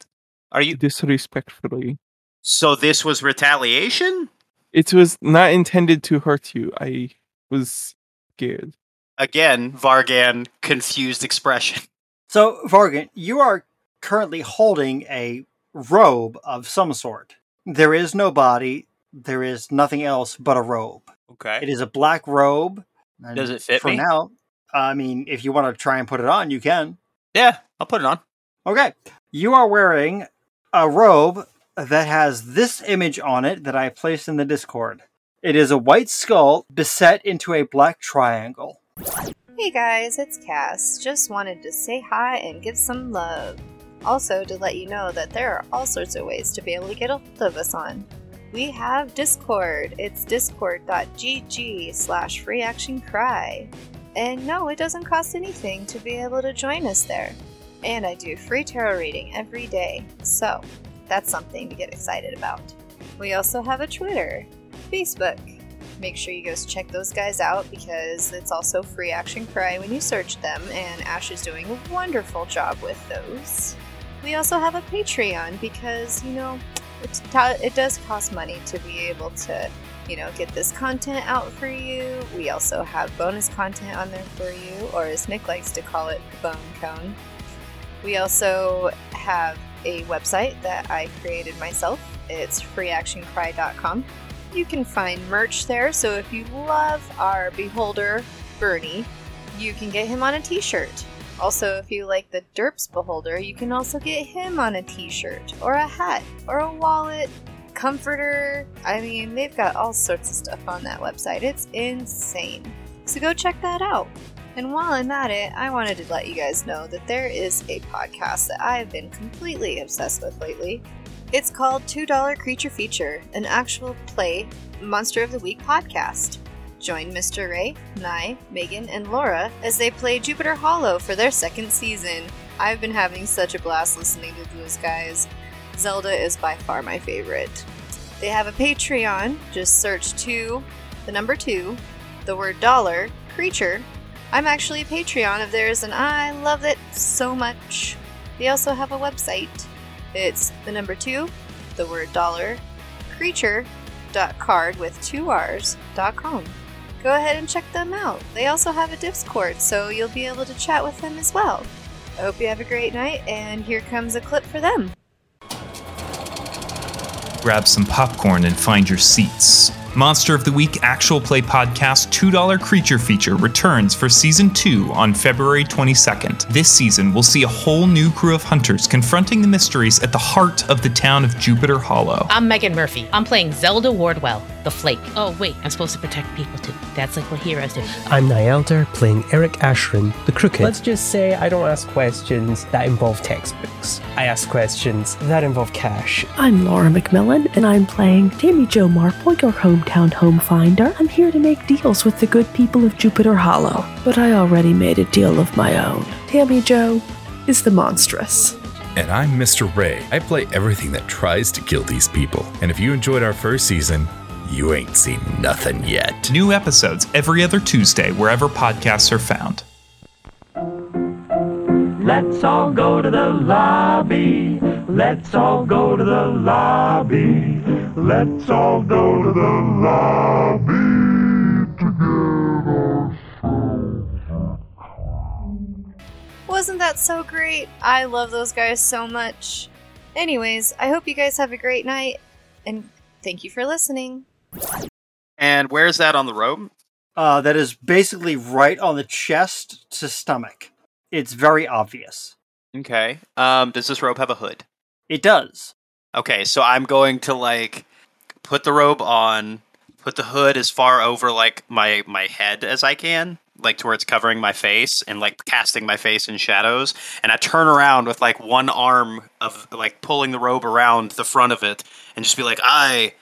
Speaker 5: Are you
Speaker 4: disrespectfully.
Speaker 5: so? This was retaliation.
Speaker 10: It was not intended to hurt you. I was scared.
Speaker 5: Again, Vargan, confused expression.
Speaker 1: So, Vargan, you are currently holding a robe of some sort. There is no body, there is nothing else but a robe. It
Speaker 11: Okay.
Speaker 1: is a black robe. and
Speaker 5: Does it fit
Speaker 1: for
Speaker 5: me?
Speaker 1: now? I mean, if you want to try and put it on, you can.
Speaker 5: Yeah, I'll put it on.
Speaker 1: Okay. You are wearing a robe that has this image on it that I placed in the Discord. It is a white skull beset into a black triangle.
Speaker 7: Hey guys, it's Cass. Just wanted to say hi and give some love. Also, to let you know that there are all sorts of ways to be able to get a hold of us on. We have Discord. It's discord.gg slash reactioncry. And no, it doesn't cost anything to be able to join us there. And I do free tarot reading every day, so that's something to get excited about. We also have a Twitter, Facebook, make sure you guys check those guys out because it's also free action cry when you search them and ash is doing a wonderful job with those we also have a patreon because you know it's ta- it does cost money to be able to you know get this content out for you we also have bonus content on there for you or as nick likes to call it bone cone we also have a website that i created myself it's freeactioncry.com you can find merch there, so if you love our beholder, Bernie, you can get him on a t shirt. Also, if you like the Derps Beholder, you can also get him on a t shirt, or a hat, or a wallet, comforter. I mean, they've got all sorts of stuff on that website. It's insane. So go check that out. And while I'm at it, I wanted to let you guys know that there is a podcast that I've been completely obsessed with lately. It's called $2 Creature Feature, an actual play Monster of the Week podcast. Join Mr. Ray, Nye, Megan, and Laura as they play Jupiter Hollow for their second season. I've been having such a blast listening to those guys. Zelda is by far my favorite. They have a Patreon, just search 2, the number 2, the word dollar, creature. I'm actually a Patreon of theirs and I love it so much. They also have a website. It's the number two, the word dollar, creature, dot card with two R's, dot com. Go ahead and check them out. They also have a Discord, so you'll be able to chat with them as well. I hope you have a great night, and here comes a clip for them.
Speaker 12: Grab some popcorn and find your seats. Monster of the Week Actual Play Podcast $2 Creature Feature returns for Season 2 on February 22nd. This season, we'll see a whole new crew of hunters confronting the mysteries at the heart of the town of Jupiter Hollow.
Speaker 13: I'm Megan Murphy. I'm playing Zelda Wardwell, the Flake. Oh, wait, I'm supposed to protect people too. That's like what heroes do.
Speaker 2: I'm Nielder, playing Eric Ashran, the Crooked. Let's just say I don't ask questions that involve textbooks. I ask questions that involve cash.
Speaker 4: I'm Laura McMillan, and I'm playing Tammy Jo Marple, your hometown home finder. I'm here to make deals with the good people of Jupiter Hollow, but I already made a deal of my own. Tammy Jo is the monstrous.
Speaker 14: And I'm Mr. Ray. I play everything that tries to kill these people. And if you enjoyed our first season, you ain't seen nothing yet.
Speaker 12: New episodes every other Tuesday, wherever podcasts are found.
Speaker 15: Let's all go to the lobby. Let's all go to the lobby. Let's all go to the lobby.
Speaker 7: Wasn't that so great? I love those guys so much. Anyways, I hope you guys have a great night, and thank you for listening.
Speaker 5: And where's that on the robe?
Speaker 1: Uh, that is basically right on the chest to stomach. It's very obvious.
Speaker 5: Okay. Um, does this robe have a hood?
Speaker 1: It does.
Speaker 5: Okay, so I'm going to like put the robe on, put the hood as far over like my my head as I can, like to where it's covering my face and like casting my face in shadows. And I turn around with like one arm of like pulling the robe around the front of it and just be like, I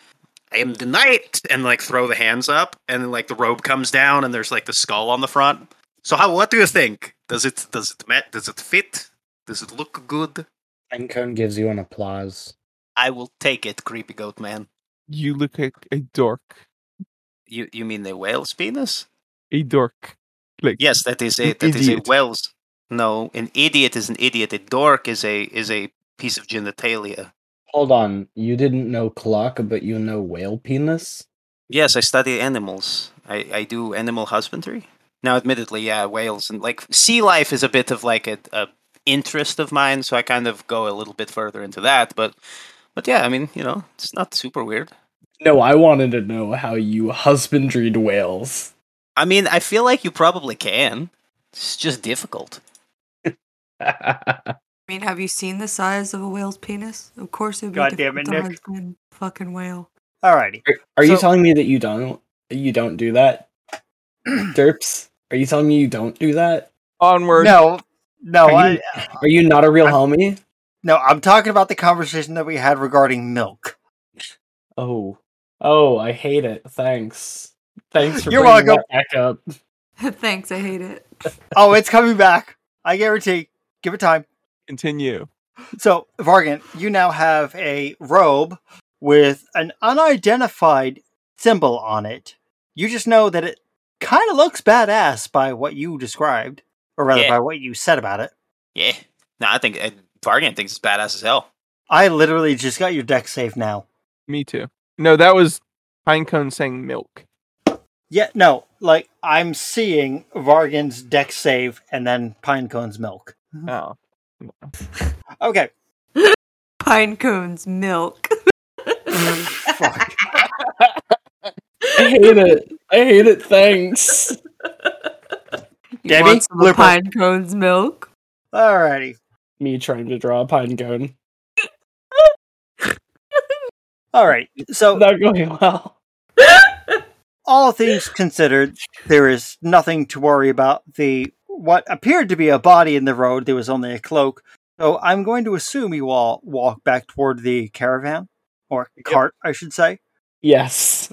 Speaker 5: I am the knight and like throw the hands up and then like the robe comes down and there's like the skull on the front. So how what do you think? Does it does it ma- does it fit? Does it look good?
Speaker 6: Encone gives you an applause.
Speaker 5: I will take it, creepy goat man.
Speaker 10: You look like a dork.
Speaker 5: You you mean the whale's penis?
Speaker 10: A dork. Like
Speaker 5: Yes, that is a
Speaker 10: an
Speaker 5: that is
Speaker 10: idiot.
Speaker 5: a whale's. No, an idiot is an idiot. A dork is a is a piece of genitalia.
Speaker 6: Hold on, you didn't know clock, but you know whale penis?
Speaker 5: Yes, I study animals. I, I do animal husbandry. Now, admittedly, yeah, whales and like sea life is a bit of like a, a interest of mine, so I kind of go a little bit further into that. But but yeah, I mean, you know, it's not super weird.
Speaker 6: No, I wanted to know how you husbandried whales.
Speaker 5: I mean, I feel like you probably can. It's just difficult.
Speaker 9: I mean, have you seen the size of a whale's penis? Of course, it would be
Speaker 1: God damn it,
Speaker 9: difficult to
Speaker 1: Nick.
Speaker 9: husband fucking whale.
Speaker 1: Alrighty.
Speaker 6: Are, are you
Speaker 1: So-
Speaker 6: telling me that you don't you don't do that? Derps, are you telling me you don't do that?
Speaker 4: Onward.
Speaker 1: No, no,
Speaker 6: Are you,
Speaker 1: I-
Speaker 6: are you not a real homie?
Speaker 1: No, I'm talking about the conversation that we had regarding milk.
Speaker 6: Oh, oh, I hate it. Thanks, thanks for
Speaker 1: You're
Speaker 6: bringing
Speaker 1: welcome.
Speaker 6: that back up.
Speaker 9: Thanks, I hate it.
Speaker 1: Oh, it's coming back. I guarantee. Give it time.
Speaker 4: Continue.
Speaker 1: So, Vargan, you now have a robe with an unidentified symbol on it. You just know that it kind of looks badass by what you described, or rather
Speaker 5: Yeah.
Speaker 1: by what you said about it.
Speaker 5: Yeah. No, I think uh, Vargan thinks it's badass as hell.
Speaker 1: I literally just got your deck saved now.
Speaker 4: Me too. No, that was Pinecone saying milk.
Speaker 1: Yeah, no, like I'm seeing Vargan's deck save and then Pinecone's milk.
Speaker 4: Oh.
Speaker 1: Okay.
Speaker 9: Pine cones, milk.
Speaker 6: I hate it. I hate it. Thanks.
Speaker 9: You Debbie, want some of Flipper. pine cones milk?
Speaker 1: Alrighty.
Speaker 6: Me trying to draw a pine cone.
Speaker 1: All right.
Speaker 16: Oh.
Speaker 1: So
Speaker 6: not going well.
Speaker 1: all things considered, there is nothing to worry about. The what appeared to be a body in the road, there was only a cloak. So I'm going to assume you all walk back toward the caravan or cart, I should say.
Speaker 6: Yes.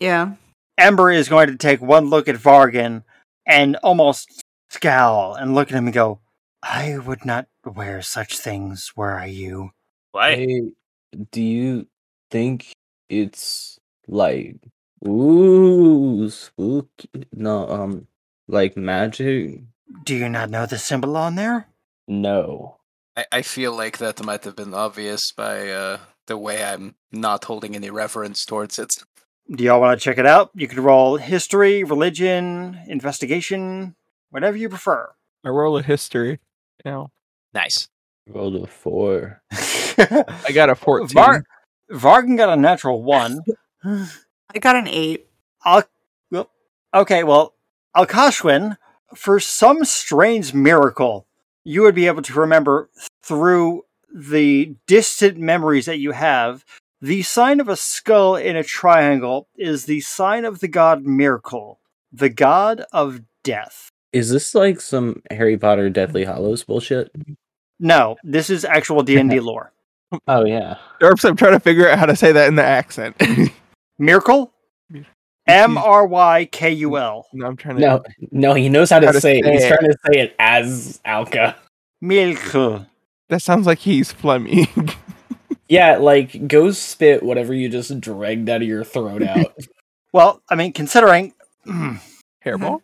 Speaker 9: Yeah.
Speaker 1: Ember is going to take one look at Vargan and almost scowl and look at him and go, "I would not wear such things were I you."
Speaker 5: Why?
Speaker 16: do you think it's like ooh spooky? No, um, like magic.
Speaker 1: Do you not know the symbol on there?
Speaker 6: No.
Speaker 5: I, I feel like that might have been obvious by uh, the way I'm not holding any reverence towards it.
Speaker 1: Do y'all want to check it out? You can roll history, religion, investigation, whatever you prefer.
Speaker 4: I roll a history. Now
Speaker 5: Nice.
Speaker 16: Rolled a four.
Speaker 4: I got a fourteen.
Speaker 1: Var- Vargan got a natural one.
Speaker 9: I got an eight.
Speaker 1: Al- well, okay, well, Alkashwin, for some strange miracle, you would be able to remember through the distant memories that you have. The sign of a skull in a triangle is the sign of the god Miracle, the god of death.
Speaker 16: Is this like some Harry Potter Deathly Hollows bullshit?
Speaker 1: No, this is actual D and D lore.
Speaker 16: Oh yeah.
Speaker 4: Derps, I'm trying to figure out how to say that in the accent.
Speaker 1: Miracle, M R Y K U L.
Speaker 4: No, I'm trying
Speaker 6: No, no, he knows how to, say, it. He's trying to say it as Alka.
Speaker 1: Milk.
Speaker 4: That sounds like he's Flemmy.
Speaker 6: yeah, like go spit whatever you just dragged out of your throat out.
Speaker 1: Well, I mean, considering
Speaker 4: hairball,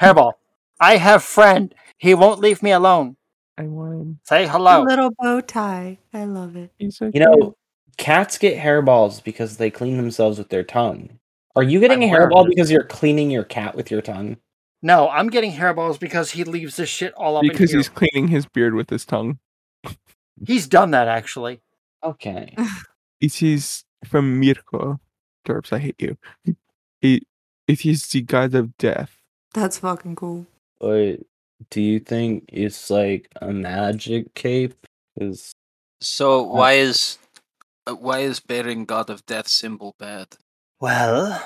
Speaker 1: hairball, I have friend. He won't leave me alone.
Speaker 4: I won.
Speaker 1: Say
Speaker 9: A
Speaker 1: hello.
Speaker 9: little bow tie. I love it.
Speaker 16: You know, cats get hairballs because they clean themselves with their tongue. Are you getting a hairball because you're cleaning your cat with your tongue?
Speaker 1: No, I'm getting hairballs because he leaves this shit all up
Speaker 4: because
Speaker 1: in here.
Speaker 4: he's cleaning his beard with his tongue.
Speaker 1: He's done that actually.
Speaker 16: Okay.
Speaker 4: It is from Mirko. Derps, I hate you. It, it is the god of death.
Speaker 9: That's fucking cool.
Speaker 16: But do you think it's like a magic cape? Is
Speaker 5: So why is uh, why is bearing God of Death symbol bad?
Speaker 1: Well,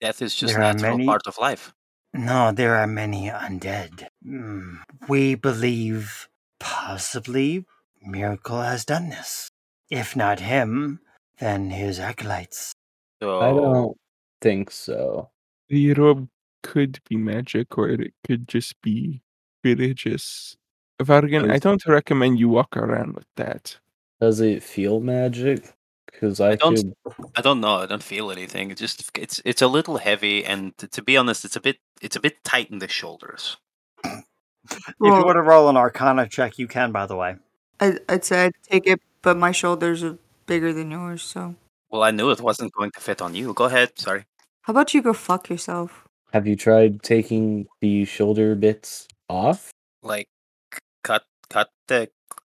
Speaker 5: Death is just
Speaker 1: There are
Speaker 5: natural
Speaker 1: many-
Speaker 5: part of life.
Speaker 1: no, there are many undead. Hmm. We believe possibly Miracle has done this. If not him, then his acolytes.
Speaker 5: So
Speaker 16: I don't think so.
Speaker 4: The robe could be magic or it could just be religious. Vargan, I
Speaker 16: Yes.
Speaker 4: don't recommend you walk around with that.
Speaker 16: Does it feel magic? Because I,
Speaker 5: don't-
Speaker 16: could.
Speaker 5: I don't know. I don't feel anything. It's just it's it's a little heavy, and t- to be honest, it's a bit it's a bit tight in the shoulders.
Speaker 1: if you
Speaker 9: Well-
Speaker 1: want to roll an Arcana check, you can. By the way,
Speaker 9: I, I'd say I'd take it, but my shoulders are bigger than yours, so.
Speaker 5: Well, I knew it wasn't going to fit on you. Go ahead. Sorry.
Speaker 9: How about you go fuck yourself?
Speaker 6: Have you tried taking the shoulder bits off?
Speaker 5: Like c- cut cut the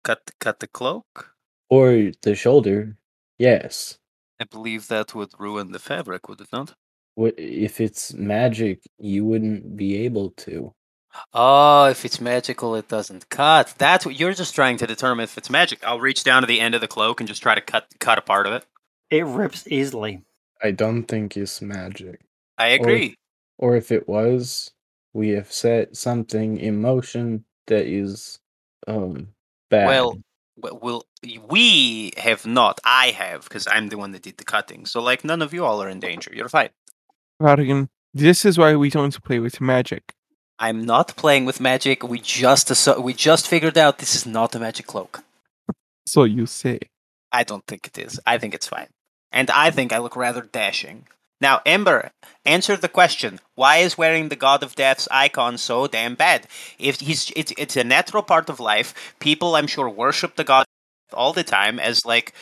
Speaker 5: cut cut the cloak.
Speaker 6: Or the shoulder? Yes.
Speaker 5: I believe that would ruin the fabric, would it not?
Speaker 6: Wh- If it's magic, you wouldn't be able to.
Speaker 5: Oh, if it's magical, it doesn't cut. That's what you're just trying to determine if it's magic. I'll reach down to the end of the cloak and just try to cut cut a part of it.
Speaker 1: It rips easily.
Speaker 6: I don't think it's magic.
Speaker 5: I
Speaker 6: Or if-
Speaker 5: agree.
Speaker 6: Or, if it was, we have set something in motion that is um bad.
Speaker 5: Well, w- well, we have not. I have because I'm the one that did the cutting. So like, none of you all are in danger. You're fine.
Speaker 4: Rodigan, this is why we don't play with magic.
Speaker 5: I'm not playing with magic. We just asso- we just figured out this is not a magic cloak.
Speaker 4: So you say.
Speaker 5: I don't think it is. I think it's fine, and I think I look rather dashing. Now, Ember, answer the question: Why is wearing the God of Death's icon so damn bad? If he's, it's, it's a natural part of life. People, I'm sure, worship the God all the time. As like,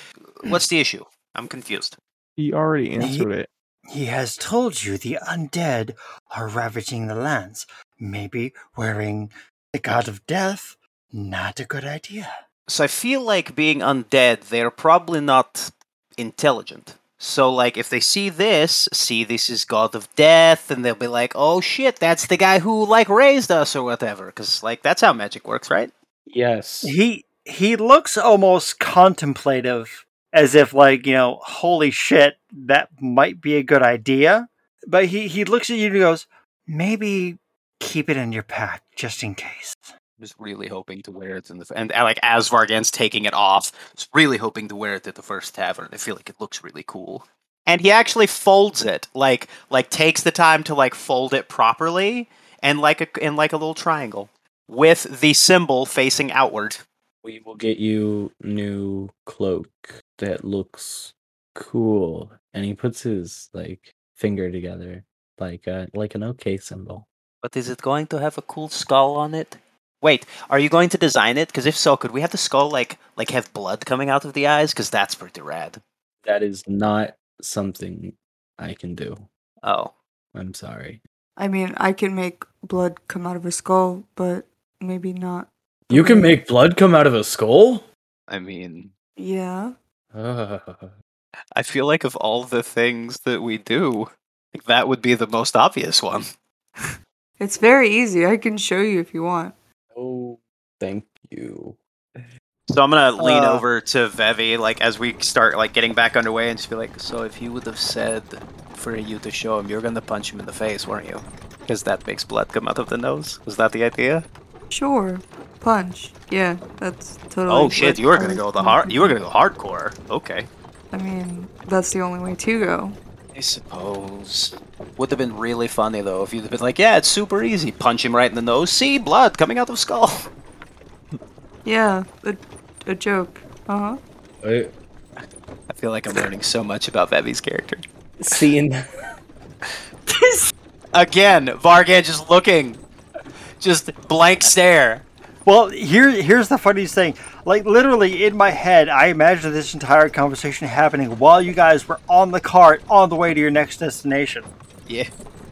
Speaker 5: what's the issue? I'm confused.
Speaker 4: He already answered it.
Speaker 17: He has told you the undead are ravaging the lands. Maybe wearing the god of death, not a good idea.
Speaker 5: So I feel like being undead, they're probably not intelligent. So like if they see this, see this is God of Death, and they'll be like, "Oh shit, that's the guy who like raised us or whatever." Because like that's how magic works, right?
Speaker 6: Yes.
Speaker 1: He he looks almost contemplative, as if like you know, holy shit, that might be a good idea. But he he looks at you and he goes, maybe keep it in your pack just in case.
Speaker 5: Just really hoping to wear it in the and, and like as Vargan's taking it off, just really hoping to wear it at the first tavern. I feel like it looks really cool. And he actually folds it, like like takes the time to like fold it properly, and like a in like a little triangle with the symbol facing outward.
Speaker 6: we will get you new cloak that looks cool. And he puts his like finger together like uh like an okay symbol.
Speaker 5: But is it going to have a cool skull on it? Wait, are you going to design it? Because if so, could we have the skull like like have blood coming out of the eyes? Because that's pretty rad.
Speaker 6: That is not something I can do.
Speaker 5: Oh.
Speaker 6: I'm sorry.
Speaker 9: I mean, I can make blood come out of a skull, but maybe not.
Speaker 6: You can make blood come out of a skull? Oh,
Speaker 5: I mean,
Speaker 9: Yeah.
Speaker 5: I feel like of all the things that we do, that would be the most obvious one.
Speaker 9: It's very easy. I can show you if you want.
Speaker 6: Oh, thank you.
Speaker 5: So I'm gonna lean
Speaker 9: Uh.
Speaker 5: over to Vevi, like as we start like getting back underway, and just be like, "So if you would have said for you to show him, you're gonna punch him in the face, weren't you? Because that makes blood come out of the nose. Was that the idea?
Speaker 9: Sure. Punch. Yeah, that's totally.
Speaker 5: oh shit,
Speaker 9: what
Speaker 5: you were
Speaker 9: I
Speaker 5: gonna
Speaker 9: was
Speaker 5: go the
Speaker 9: thinking.
Speaker 5: hard. You were gonna go hardcore. Okay.
Speaker 9: I mean, that's the only way to go.
Speaker 5: I suppose. Would have been really funny though if you'd have been like, yeah, it's super easy. Punch him right in the nose. See blood coming out of skull.
Speaker 9: Yeah, a, a joke. Uh huh.
Speaker 6: I
Speaker 5: feel like I'm learning so much about Vevi's character.
Speaker 6: Seeing
Speaker 5: Again, Vargan just looking. Just blank stare.
Speaker 1: Well, here here's the funniest thing. Like literally in my head, I imagined this entire conversation happening while you guys were on the cart on the way to your next destination.
Speaker 5: Yeah.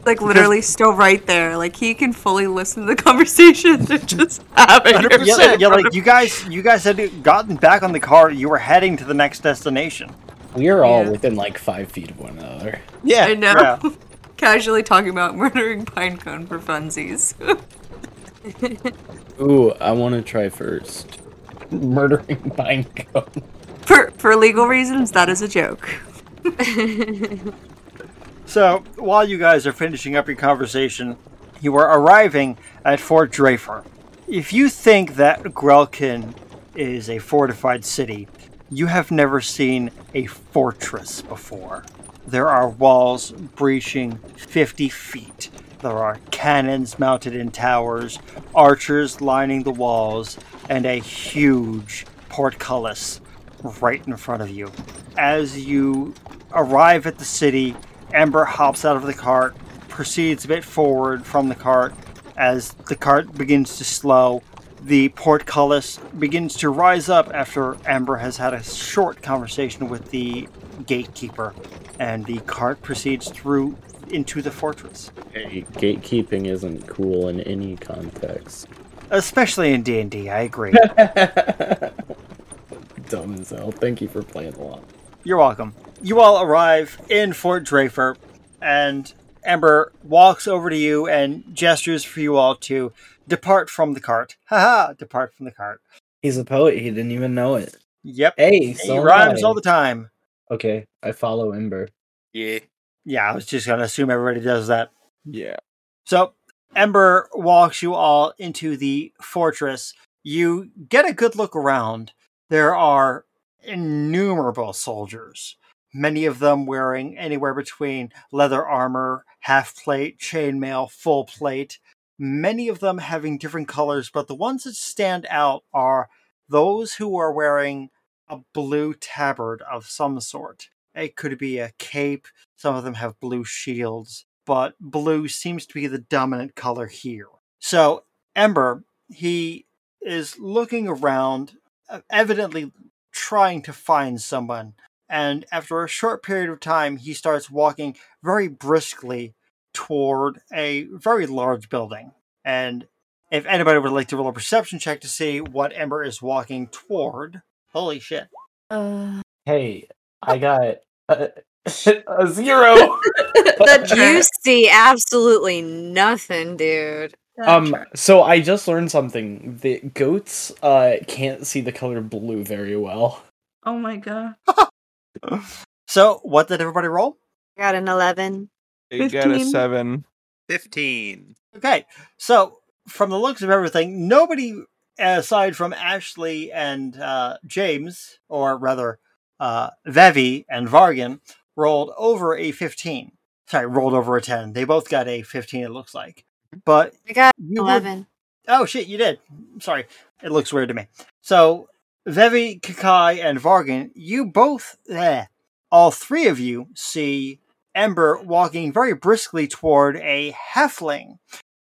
Speaker 9: Like literally still right there. Like he can fully listen to the conversation they're just having.
Speaker 1: Yeah, yeah, like you guys you guys had gotten back on the cart, you were heading to the next destination.
Speaker 6: We are all within like five feet of one another.
Speaker 5: Yeah.
Speaker 9: I know. Casually talking about murdering Pinecone for funsies.
Speaker 6: Ooh, I want to try first. Murdering Pinecone.
Speaker 9: for for legal reasons, that is a joke.
Speaker 1: So while you guys are finishing up your conversation, you are arriving at Fort Drafer. If you think that Grelkin is a fortified city, you have never seen a fortress before. There are walls breaching 50 feet. There are cannons mounted in towers, archers lining the walls, and a huge portcullis right in front of you. As you arrive at the city, Ember hops out of the cart, proceeds a bit forward from the cart. As the cart begins to slow, the portcullis begins to rise up after Amber has had a short conversation with the gatekeeper, and the cart proceeds through into the fortress.
Speaker 6: Hey, gatekeeping isn't cool in any context.
Speaker 18: Especially in D&D, I agree.
Speaker 6: Dumb as hell. Thank you for playing along.
Speaker 1: You're welcome.
Speaker 18: You all arrive in Fort Drafer,
Speaker 1: and Ember walks over to you and gestures for you all to depart from the cart. Haha, depart from the cart.
Speaker 19: He's a poet. He didn't even know it.
Speaker 1: Yep.
Speaker 19: Hey,
Speaker 1: He
Speaker 19: so
Speaker 1: rhymes
Speaker 19: am I.
Speaker 1: all the time.
Speaker 6: Okay, I follow Ember.
Speaker 3: Yeah.
Speaker 1: Yeah, I was just going to assume everybody does that.
Speaker 4: Yeah.
Speaker 1: So Ember walks you all into the fortress. You get a good look around. There are innumerable soldiers, many of them wearing anywhere between leather armor, half plate, chainmail, full plate, many of them having different colors, but the ones that stand out are those who are wearing a blue tabard of some sort. It could be a cape, some of them have blue shields, but blue seems to be the dominant color here. So, Ember, he is looking around, uh, evidently trying to find someone. And after a short period of time, he starts walking very briskly toward a very large building. And if anybody would like to roll a perception check to see what Ember is walking toward, holy shit.
Speaker 20: Uh,
Speaker 6: Hey, I got a, a zero.
Speaker 7: that you see absolutely nothing, dude.
Speaker 19: Um, so I just learned something. The goats uh can't see the color blue very well.
Speaker 9: Oh my god.
Speaker 1: So, what did everybody roll?
Speaker 7: Got an 11.
Speaker 4: It got a seven.
Speaker 5: 15.
Speaker 1: Okay, so from the looks of everything, nobody aside from Ashley and uh, James, or rather uh, Vevi and Vargan, rolled over a 15. Sorry, rolled over a 10. They both got a 15, it looks like. But
Speaker 7: I got
Speaker 1: You were-
Speaker 7: 11.
Speaker 1: Oh shit, you did. Sorry, it looks weird to me. So, Vevi, Kakai, and Vargan, you both, eh, all three of you see Ember walking very briskly toward a halfling.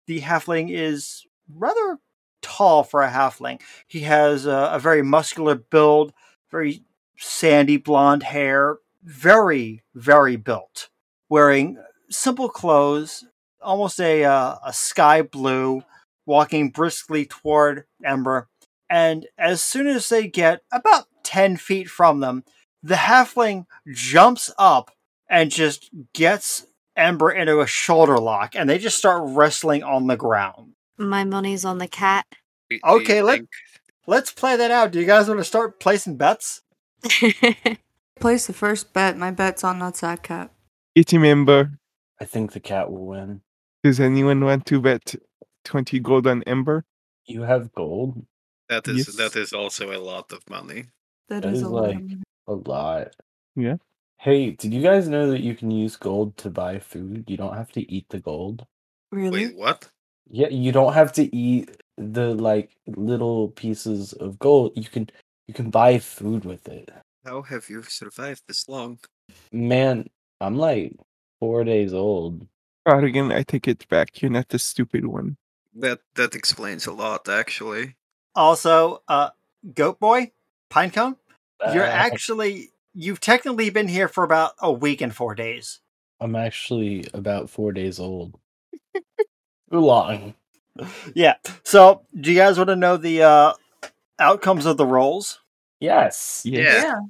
Speaker 1: The halfling is rather tall for a halfling. He has a, a very muscular build, very sandy blonde hair, very, very built, wearing simple clothes, almost a, uh, a sky blue, walking briskly toward Ember. And as soon as they get about 10 feet from them, the halfling jumps up and just gets Ember into a shoulder lock, and they just start wrestling on the ground.
Speaker 7: My money's on the cat.
Speaker 1: Okay, let, let's play that out. Do you guys want to start placing bets?
Speaker 9: Place the first bet. My bet's on Nutsack Cap.
Speaker 4: Get him, Ember.
Speaker 6: I think the cat will win.
Speaker 4: Does anyone want to bet 20 gold on Ember?
Speaker 6: You have gold?
Speaker 5: That is
Speaker 4: Yes.
Speaker 5: that is also a lot of money.
Speaker 6: that is,
Speaker 5: lot.
Speaker 6: like a lot.
Speaker 4: Yeah.
Speaker 6: Hey, did you guys know that you can use gold to buy food? You don't have to eat the gold.
Speaker 9: Really?
Speaker 5: What?
Speaker 6: Yeah, you don't have to eat the like little pieces of gold. You can you can buy food with it.
Speaker 5: How have you survived this long?
Speaker 6: Man, I'm like four days old.
Speaker 4: Carrigan, I take it back. You're not the stupid one.
Speaker 5: That that explains a lot, actually.
Speaker 1: Also, uh, Goat Boy, Pinecone, you're
Speaker 6: Uh,
Speaker 1: actually, you've technically been here for about a week and four days.
Speaker 6: I'm actually about four days old. Oolong.
Speaker 1: Yeah. So, do you guys want to know the uh, outcomes of the rolls?
Speaker 6: Yes.
Speaker 4: Yes.
Speaker 9: Yeah.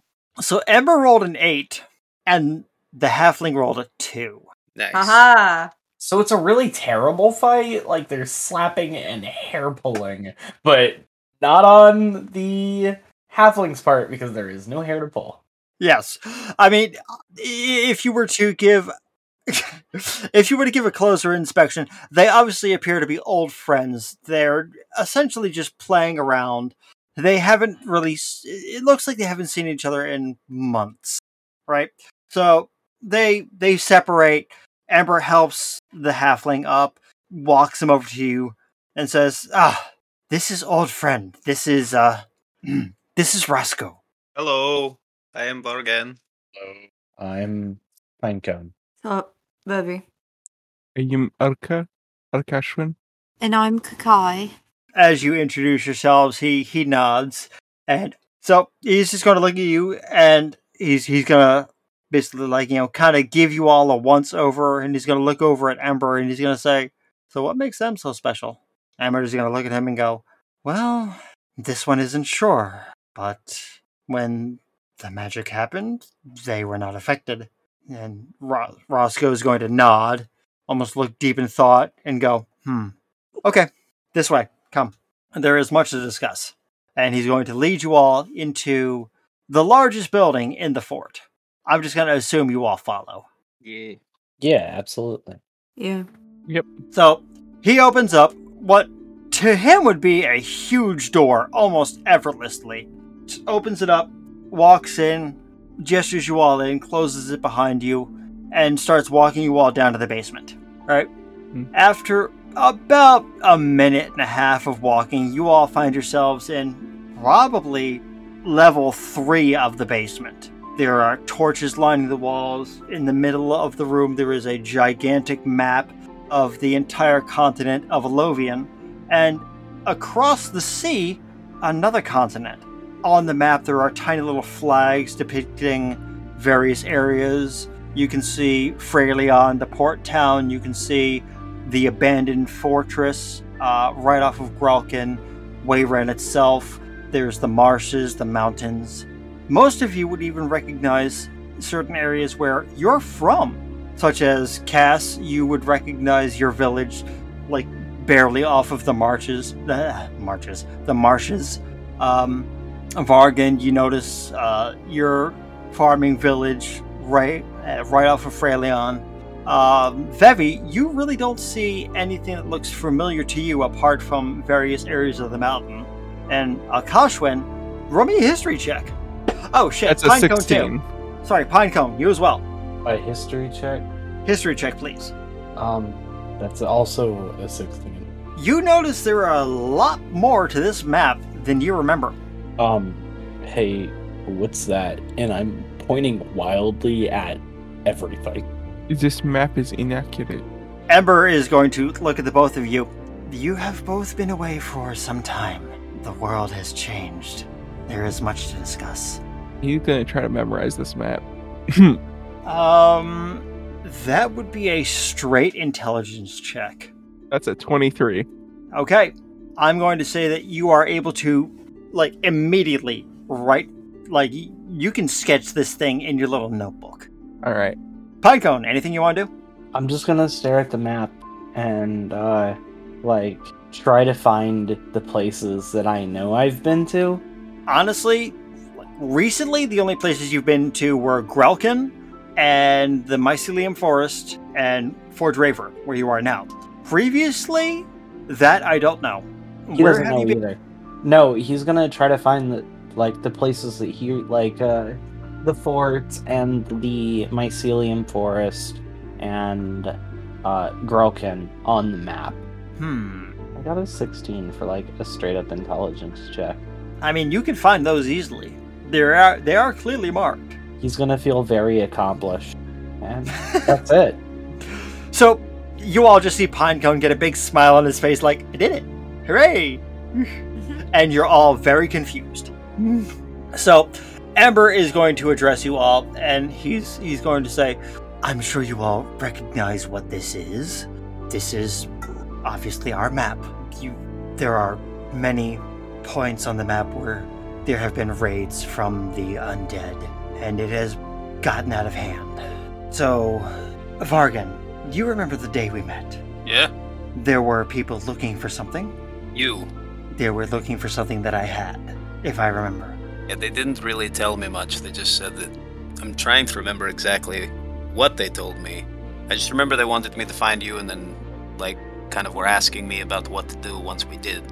Speaker 1: So Ember rolled an eight, and the halfling rolled a two.
Speaker 5: Nice.
Speaker 9: Haha.
Speaker 19: So it's a really terrible fight. Like they're slapping and hair pulling, but not on the halfling's part because there is no hair to pull.
Speaker 1: Yes, I mean, i- if you were to give, if you were to give a closer inspection, they obviously appear to be old friends. They're essentially just playing around. They haven't really. s- It looks like they haven't seen each other in months, right? So they they separate. Amber helps the halfling up, walks him over to you, and says, "Ah, this is old friend. This is uh, this is Roscoe."
Speaker 5: Hello, I am Vargan. Oh.
Speaker 6: I'm Pinecone.
Speaker 9: Up, Bevy.
Speaker 4: Are you Arka? Arkashwin?
Speaker 7: And I'm Kakai.
Speaker 1: as you introduce yourselves, he he nods, and so he's just going to look at you, and he's he's going to basically like you know kind of give you all a once over, and he's gonna look over at Ember and he's gonna say, "So what makes them so special?" Ember's gonna look at him and go, "Well, this one isn't sure, but when the magic happened, they were not affected." And Ro- Roscoe is going to nod, almost look deep in thought, and go, "Hmm, okay, this way, come." There is much to discuss, and he's going to lead you all into the largest building in the fort. I'm just going to assume you all follow.
Speaker 3: Yeah.
Speaker 6: Yeah, absolutely.
Speaker 9: Yeah.
Speaker 4: Yep.
Speaker 1: So he opens up what to him would be a huge door almost effortlessly. Just opens it up, walks in, gestures you all in, closes it behind you, and starts walking you all down to the basement. Right? After about a minute and a half of walking, you all find yourselves in probably level three of the basement. There are torches lining the walls. In the middle of the room, there is a gigantic map of the entire continent of Alovian. And across the sea, another continent. On the map, there are tiny little flags depicting various areas. You can see Fralion, the port town. You can see the abandoned fortress uh, right off of Grelkin, Wayran itself. There's the marshes, the mountains. Most of you would even recognize certain areas where you're from, such as Cass. You would recognize your village, like barely off of the marches, the marches, the marshes. Um, Vargan, you notice uh, your farming village right, uh, right off of Fraleon. Um, Vevi, you really don't see anything that looks familiar to you apart from various areas of the mountain. And Akashwin, roll me a history check. Oh shit,
Speaker 4: That's a
Speaker 1: Pinecone
Speaker 4: 16.
Speaker 1: too. Sorry, Pinecone, you as well.
Speaker 6: My history check.
Speaker 1: History check, please.
Speaker 6: Um, that's also a sixteen.
Speaker 1: You notice there are a lot more to this map than you remember.
Speaker 6: Um, hey, what's that? And I'm pointing wildly at everything.
Speaker 4: This map is inaccurate.
Speaker 1: Ember is going to look at the both of you. You have both been away for some time. The world has changed. There is much to discuss.
Speaker 4: He's gonna try to memorize this map.
Speaker 1: Um, that would be a straight intelligence check.
Speaker 4: That's a 23.
Speaker 1: Okay, I'm going to say that you are able to, like, immediately write, like, y- you can sketch this thing in your little notebook.
Speaker 4: All right.
Speaker 1: Pinecone, anything you want to do?
Speaker 6: I'm just gonna stare at the map and uh like try to find the places that I know I've been to.
Speaker 1: Honestly, recently the only places you've been to were Grelkin and the Mycelium Forest and Forge Raver, where you are now. Previously, that I don't know.
Speaker 6: He doesn't know either. No, he's gonna try to find the like the places that he like uh the forts and the mycelium forest and uh Grelkin on the map.
Speaker 1: Hmm.
Speaker 6: I got a sixteen for like a straight up intelligence check.
Speaker 1: I mean, you can find those easily. They are they are clearly marked.
Speaker 6: He's gonna feel very accomplished. And that's it.
Speaker 1: So you all just see Pinecone get a big smile on his face, like I did it, hooray! and you're all very confused. So Amber is going to address you all, and he's he's going to say,
Speaker 18: I'm sure you all recognize what this is.
Speaker 1: "This is obviously our map. You, there are many
Speaker 18: points on the map where there have been raids from the undead, and it has gotten out of hand. So, Vargan, you remember the day we met?
Speaker 5: Yeah.
Speaker 18: There were people looking for something.
Speaker 3: You.
Speaker 18: They were looking for something that I had, if I remember.
Speaker 3: Yeah, they didn't really tell me much. They just said that. I'm trying to remember exactly what they told me. I just remember they wanted me to find you and then, like, kind of were asking me about what to do once we did.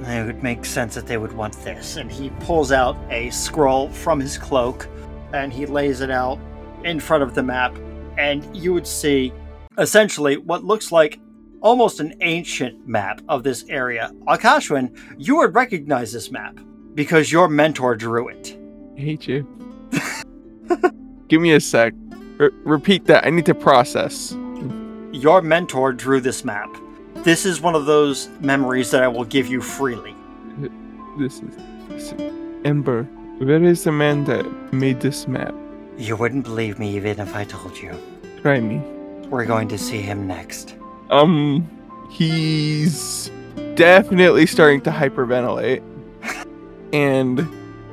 Speaker 1: It would make sense that they would want this. And he pulls out a scroll from his cloak and he lays it out in front of the map. And you would see essentially what looks like almost an ancient map of this area. Akashwin, you would recognize this map because your mentor drew it.
Speaker 4: I hate you. Give me a sec. R- repeat that. I need to process.
Speaker 1: Your mentor drew this map. This is one of those memories that I will give you freely.
Speaker 4: This is, this is Ember. Where is the man that made this map?
Speaker 1: You wouldn't believe me even if I told you.
Speaker 4: Try me.
Speaker 1: We're going to see him next.
Speaker 4: Um, he's definitely starting to hyperventilate, and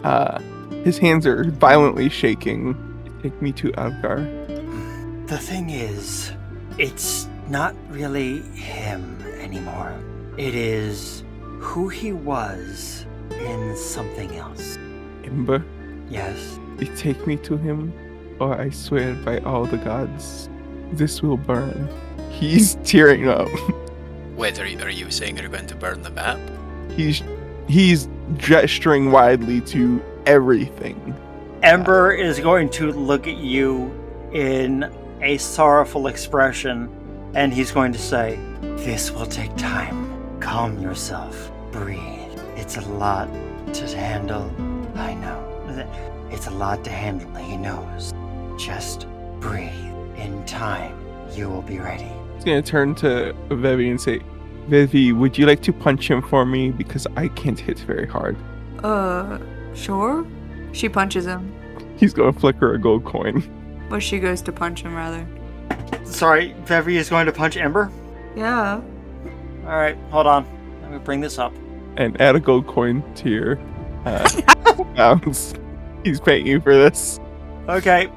Speaker 4: uh, his hands are violently shaking. Take me to Ankar.
Speaker 1: The thing is, it's not really him anymore. It is who he was in something else.
Speaker 4: Ember,
Speaker 1: Yes.
Speaker 4: you take me to him, or I swear by all the gods, this will burn. He's tearing up.
Speaker 5: Wait, are you, are you saying you're going to burn the map?
Speaker 4: He's he's gesturing widely to everything.
Speaker 21: Ember is going to look at you in a sorrowful expression, and he's going to say,
Speaker 1: This will take time. Calm yourself. Breathe. It's a lot to handle. I know. It's a lot to handle. He knows. Just breathe. In time, you will be ready.
Speaker 4: He's gonna turn to Vivi and say, Vivi, would you like to punch him for me? Because I can't hit very hard.
Speaker 9: Uh, sure. She punches him,
Speaker 4: He's gonna flicker a gold coin.
Speaker 9: but she goes to punch him rather.
Speaker 21: Sorry, Vevi is going to punch Ember?
Speaker 9: Yeah.
Speaker 21: All right, hold on. Let me bring this up.
Speaker 4: and add a gold coin to your uh, pounds. He's paying you for this.
Speaker 21: Okay.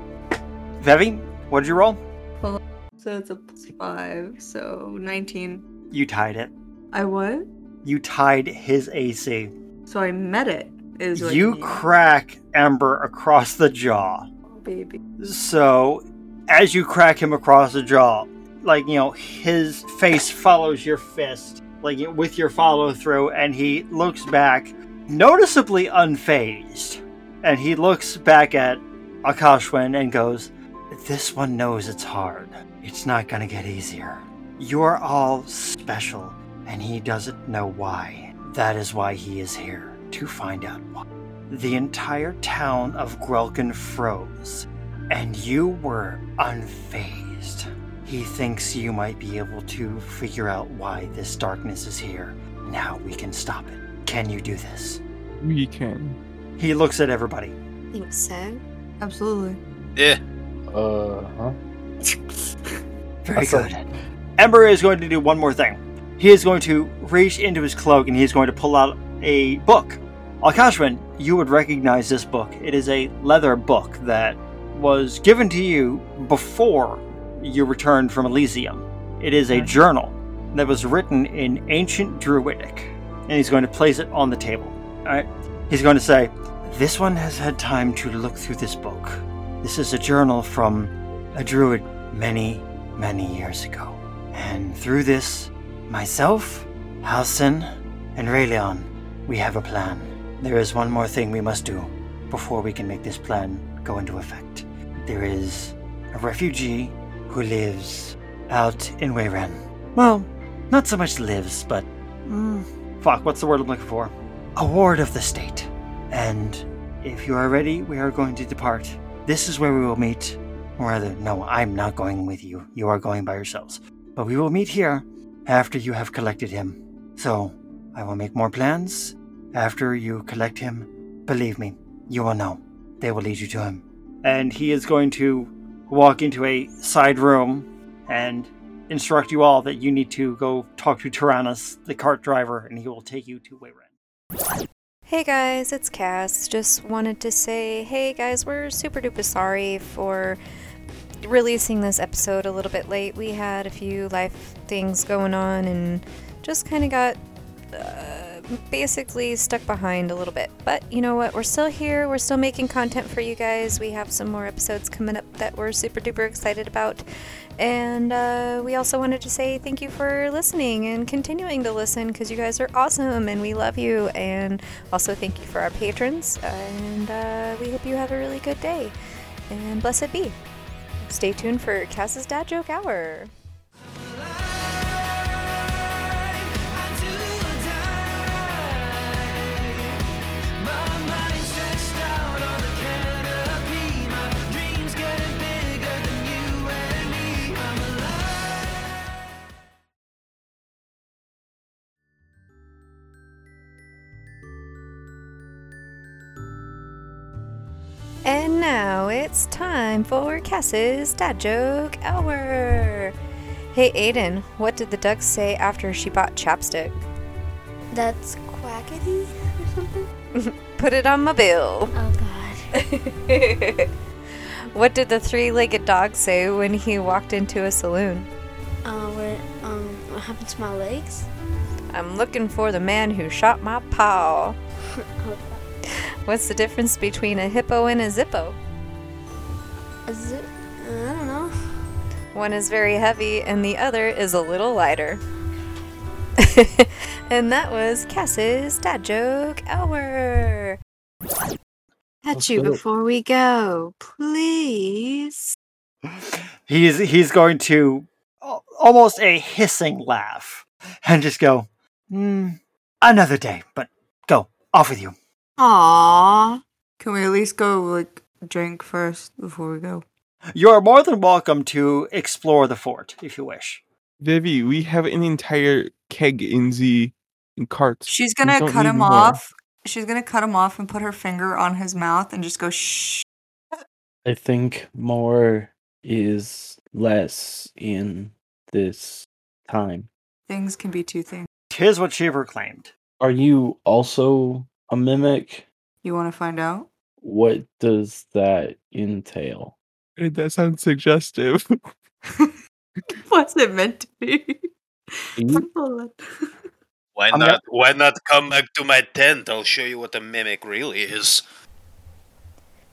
Speaker 21: Vevi, what did you roll?
Speaker 9: Pull up. So it's a plus five, so 19.
Speaker 21: You tied it.
Speaker 9: I what?
Speaker 21: You tied his AC.
Speaker 9: So I met it. Is what
Speaker 21: You crack Ember across the jaw.
Speaker 9: Oh, baby.
Speaker 21: So, as you crack him across the jaw, like, you know, his face follows your fist, like, you know, with your follow through, and he looks back, noticeably unfazed. And he looks back at Akashwin and goes,
Speaker 1: This one knows it's hard. It's not gonna get easier. You're all special, and he doesn't know why. That is why he is here, to find out why. The entire town of Grelkin froze, and you were unfazed. He thinks you might be able to figure out why this darkness is here and how we can stop it. Can you do this?
Speaker 4: We can.
Speaker 21: He looks at everybody.
Speaker 22: I think so.
Speaker 9: Absolutely.
Speaker 5: Yeah.
Speaker 6: Uh huh.
Speaker 21: Very good. Ember is going to do one more thing. He is going to reach into his cloak and he is going to pull out a book. Alkashman, you would recognize this book. It is a leather book that was given to you before you returned from Elysium. It is a journal that was written in ancient Druidic, and he's going to place it on the table. All right. He's going to say,
Speaker 1: This one has had time to look through this book. This is a journal from a druid many, many years ago. And through this, myself, Halcyon, and Rayleon, we have a plan. There is one more thing we must do before we can make this plan go into effect. There is a refugee who lives out in Wayran. Well, not so much lives, but mm,
Speaker 21: Fuck, what's the word I'm looking for?
Speaker 1: a ward of the state. And if you are ready, we are going to depart. This is where we will meet. Or rather, no, I'm not going with you. You are going by yourselves. But we will meet here after you have collected him. So, I will make more plans after you collect him. Believe me, you will know. They will lead you to him.
Speaker 21: and he is going to walk into a side room and instruct you all that you need to go talk to Tyrannus, the cart driver, and he will take you to Wayran.
Speaker 7: Hey guys, it's Cass. Just wanted to say, hey guys, we're super duper sorry for releasing this episode a little bit late. We had a few life things going on and just kind of got uh, basically stuck behind a little bit. But you know what? We're still here. We're still making content for you guys. We have some more episodes coming up that we're super duper excited about. And uh, we also wanted to say thank you for listening and continuing to listen because you guys are awesome and we love you. And also thank you for our patrons. And uh, we hope you have a really good day. And blessed be. Stay tuned for Cass's Dad Joke Hour.
Speaker 2: My mind stretched out on the canopy. My dreams getting bigger than you and me. I'm alive.
Speaker 7: And now it's time for Cass's dad joke hour. Hey Aiden, what did the duck say after she bought chapstick?
Speaker 23: That's quackity or something?
Speaker 7: Put it on my bill.
Speaker 23: Oh god.
Speaker 7: What did the three-legged dog say when he walked into a saloon?
Speaker 23: uh, what, um, what happened to my legs?
Speaker 7: I'm looking for the man who shot my paw.
Speaker 23: Oh,
Speaker 7: What's the difference between a hippo and a zippo?
Speaker 23: is it? I don't know.
Speaker 7: One is very heavy and the other is a little lighter. and that was Cass's dad joke hour.
Speaker 24: At you before we go, please.
Speaker 1: He's he's going to al- almost a hissing laugh and just go "Mm, another day. But go off with you.
Speaker 9: Aww. Can we at least go like drink first before we go?
Speaker 1: You are more than welcome to explore the fort if you wish.
Speaker 4: Vivi, we have an entire keg in the in carts.
Speaker 9: She's
Speaker 4: We
Speaker 9: gonna
Speaker 4: don't
Speaker 9: cut
Speaker 4: need
Speaker 9: him
Speaker 4: more.
Speaker 9: off. She's gonna cut him off and put her finger on his mouth and just go shh.
Speaker 6: I think more is less in this time.
Speaker 9: Things can be two things.
Speaker 1: Tis what she proclaimed.
Speaker 6: Are you also a mimic?
Speaker 9: You want to find out?
Speaker 6: What does that entail?
Speaker 4: Eh, That sounds suggestive.
Speaker 9: What's it meant to be?
Speaker 5: Why
Speaker 6: I'm
Speaker 5: not?
Speaker 6: not-
Speaker 5: Why not come back to my tent? I'll show you what a mimic really is.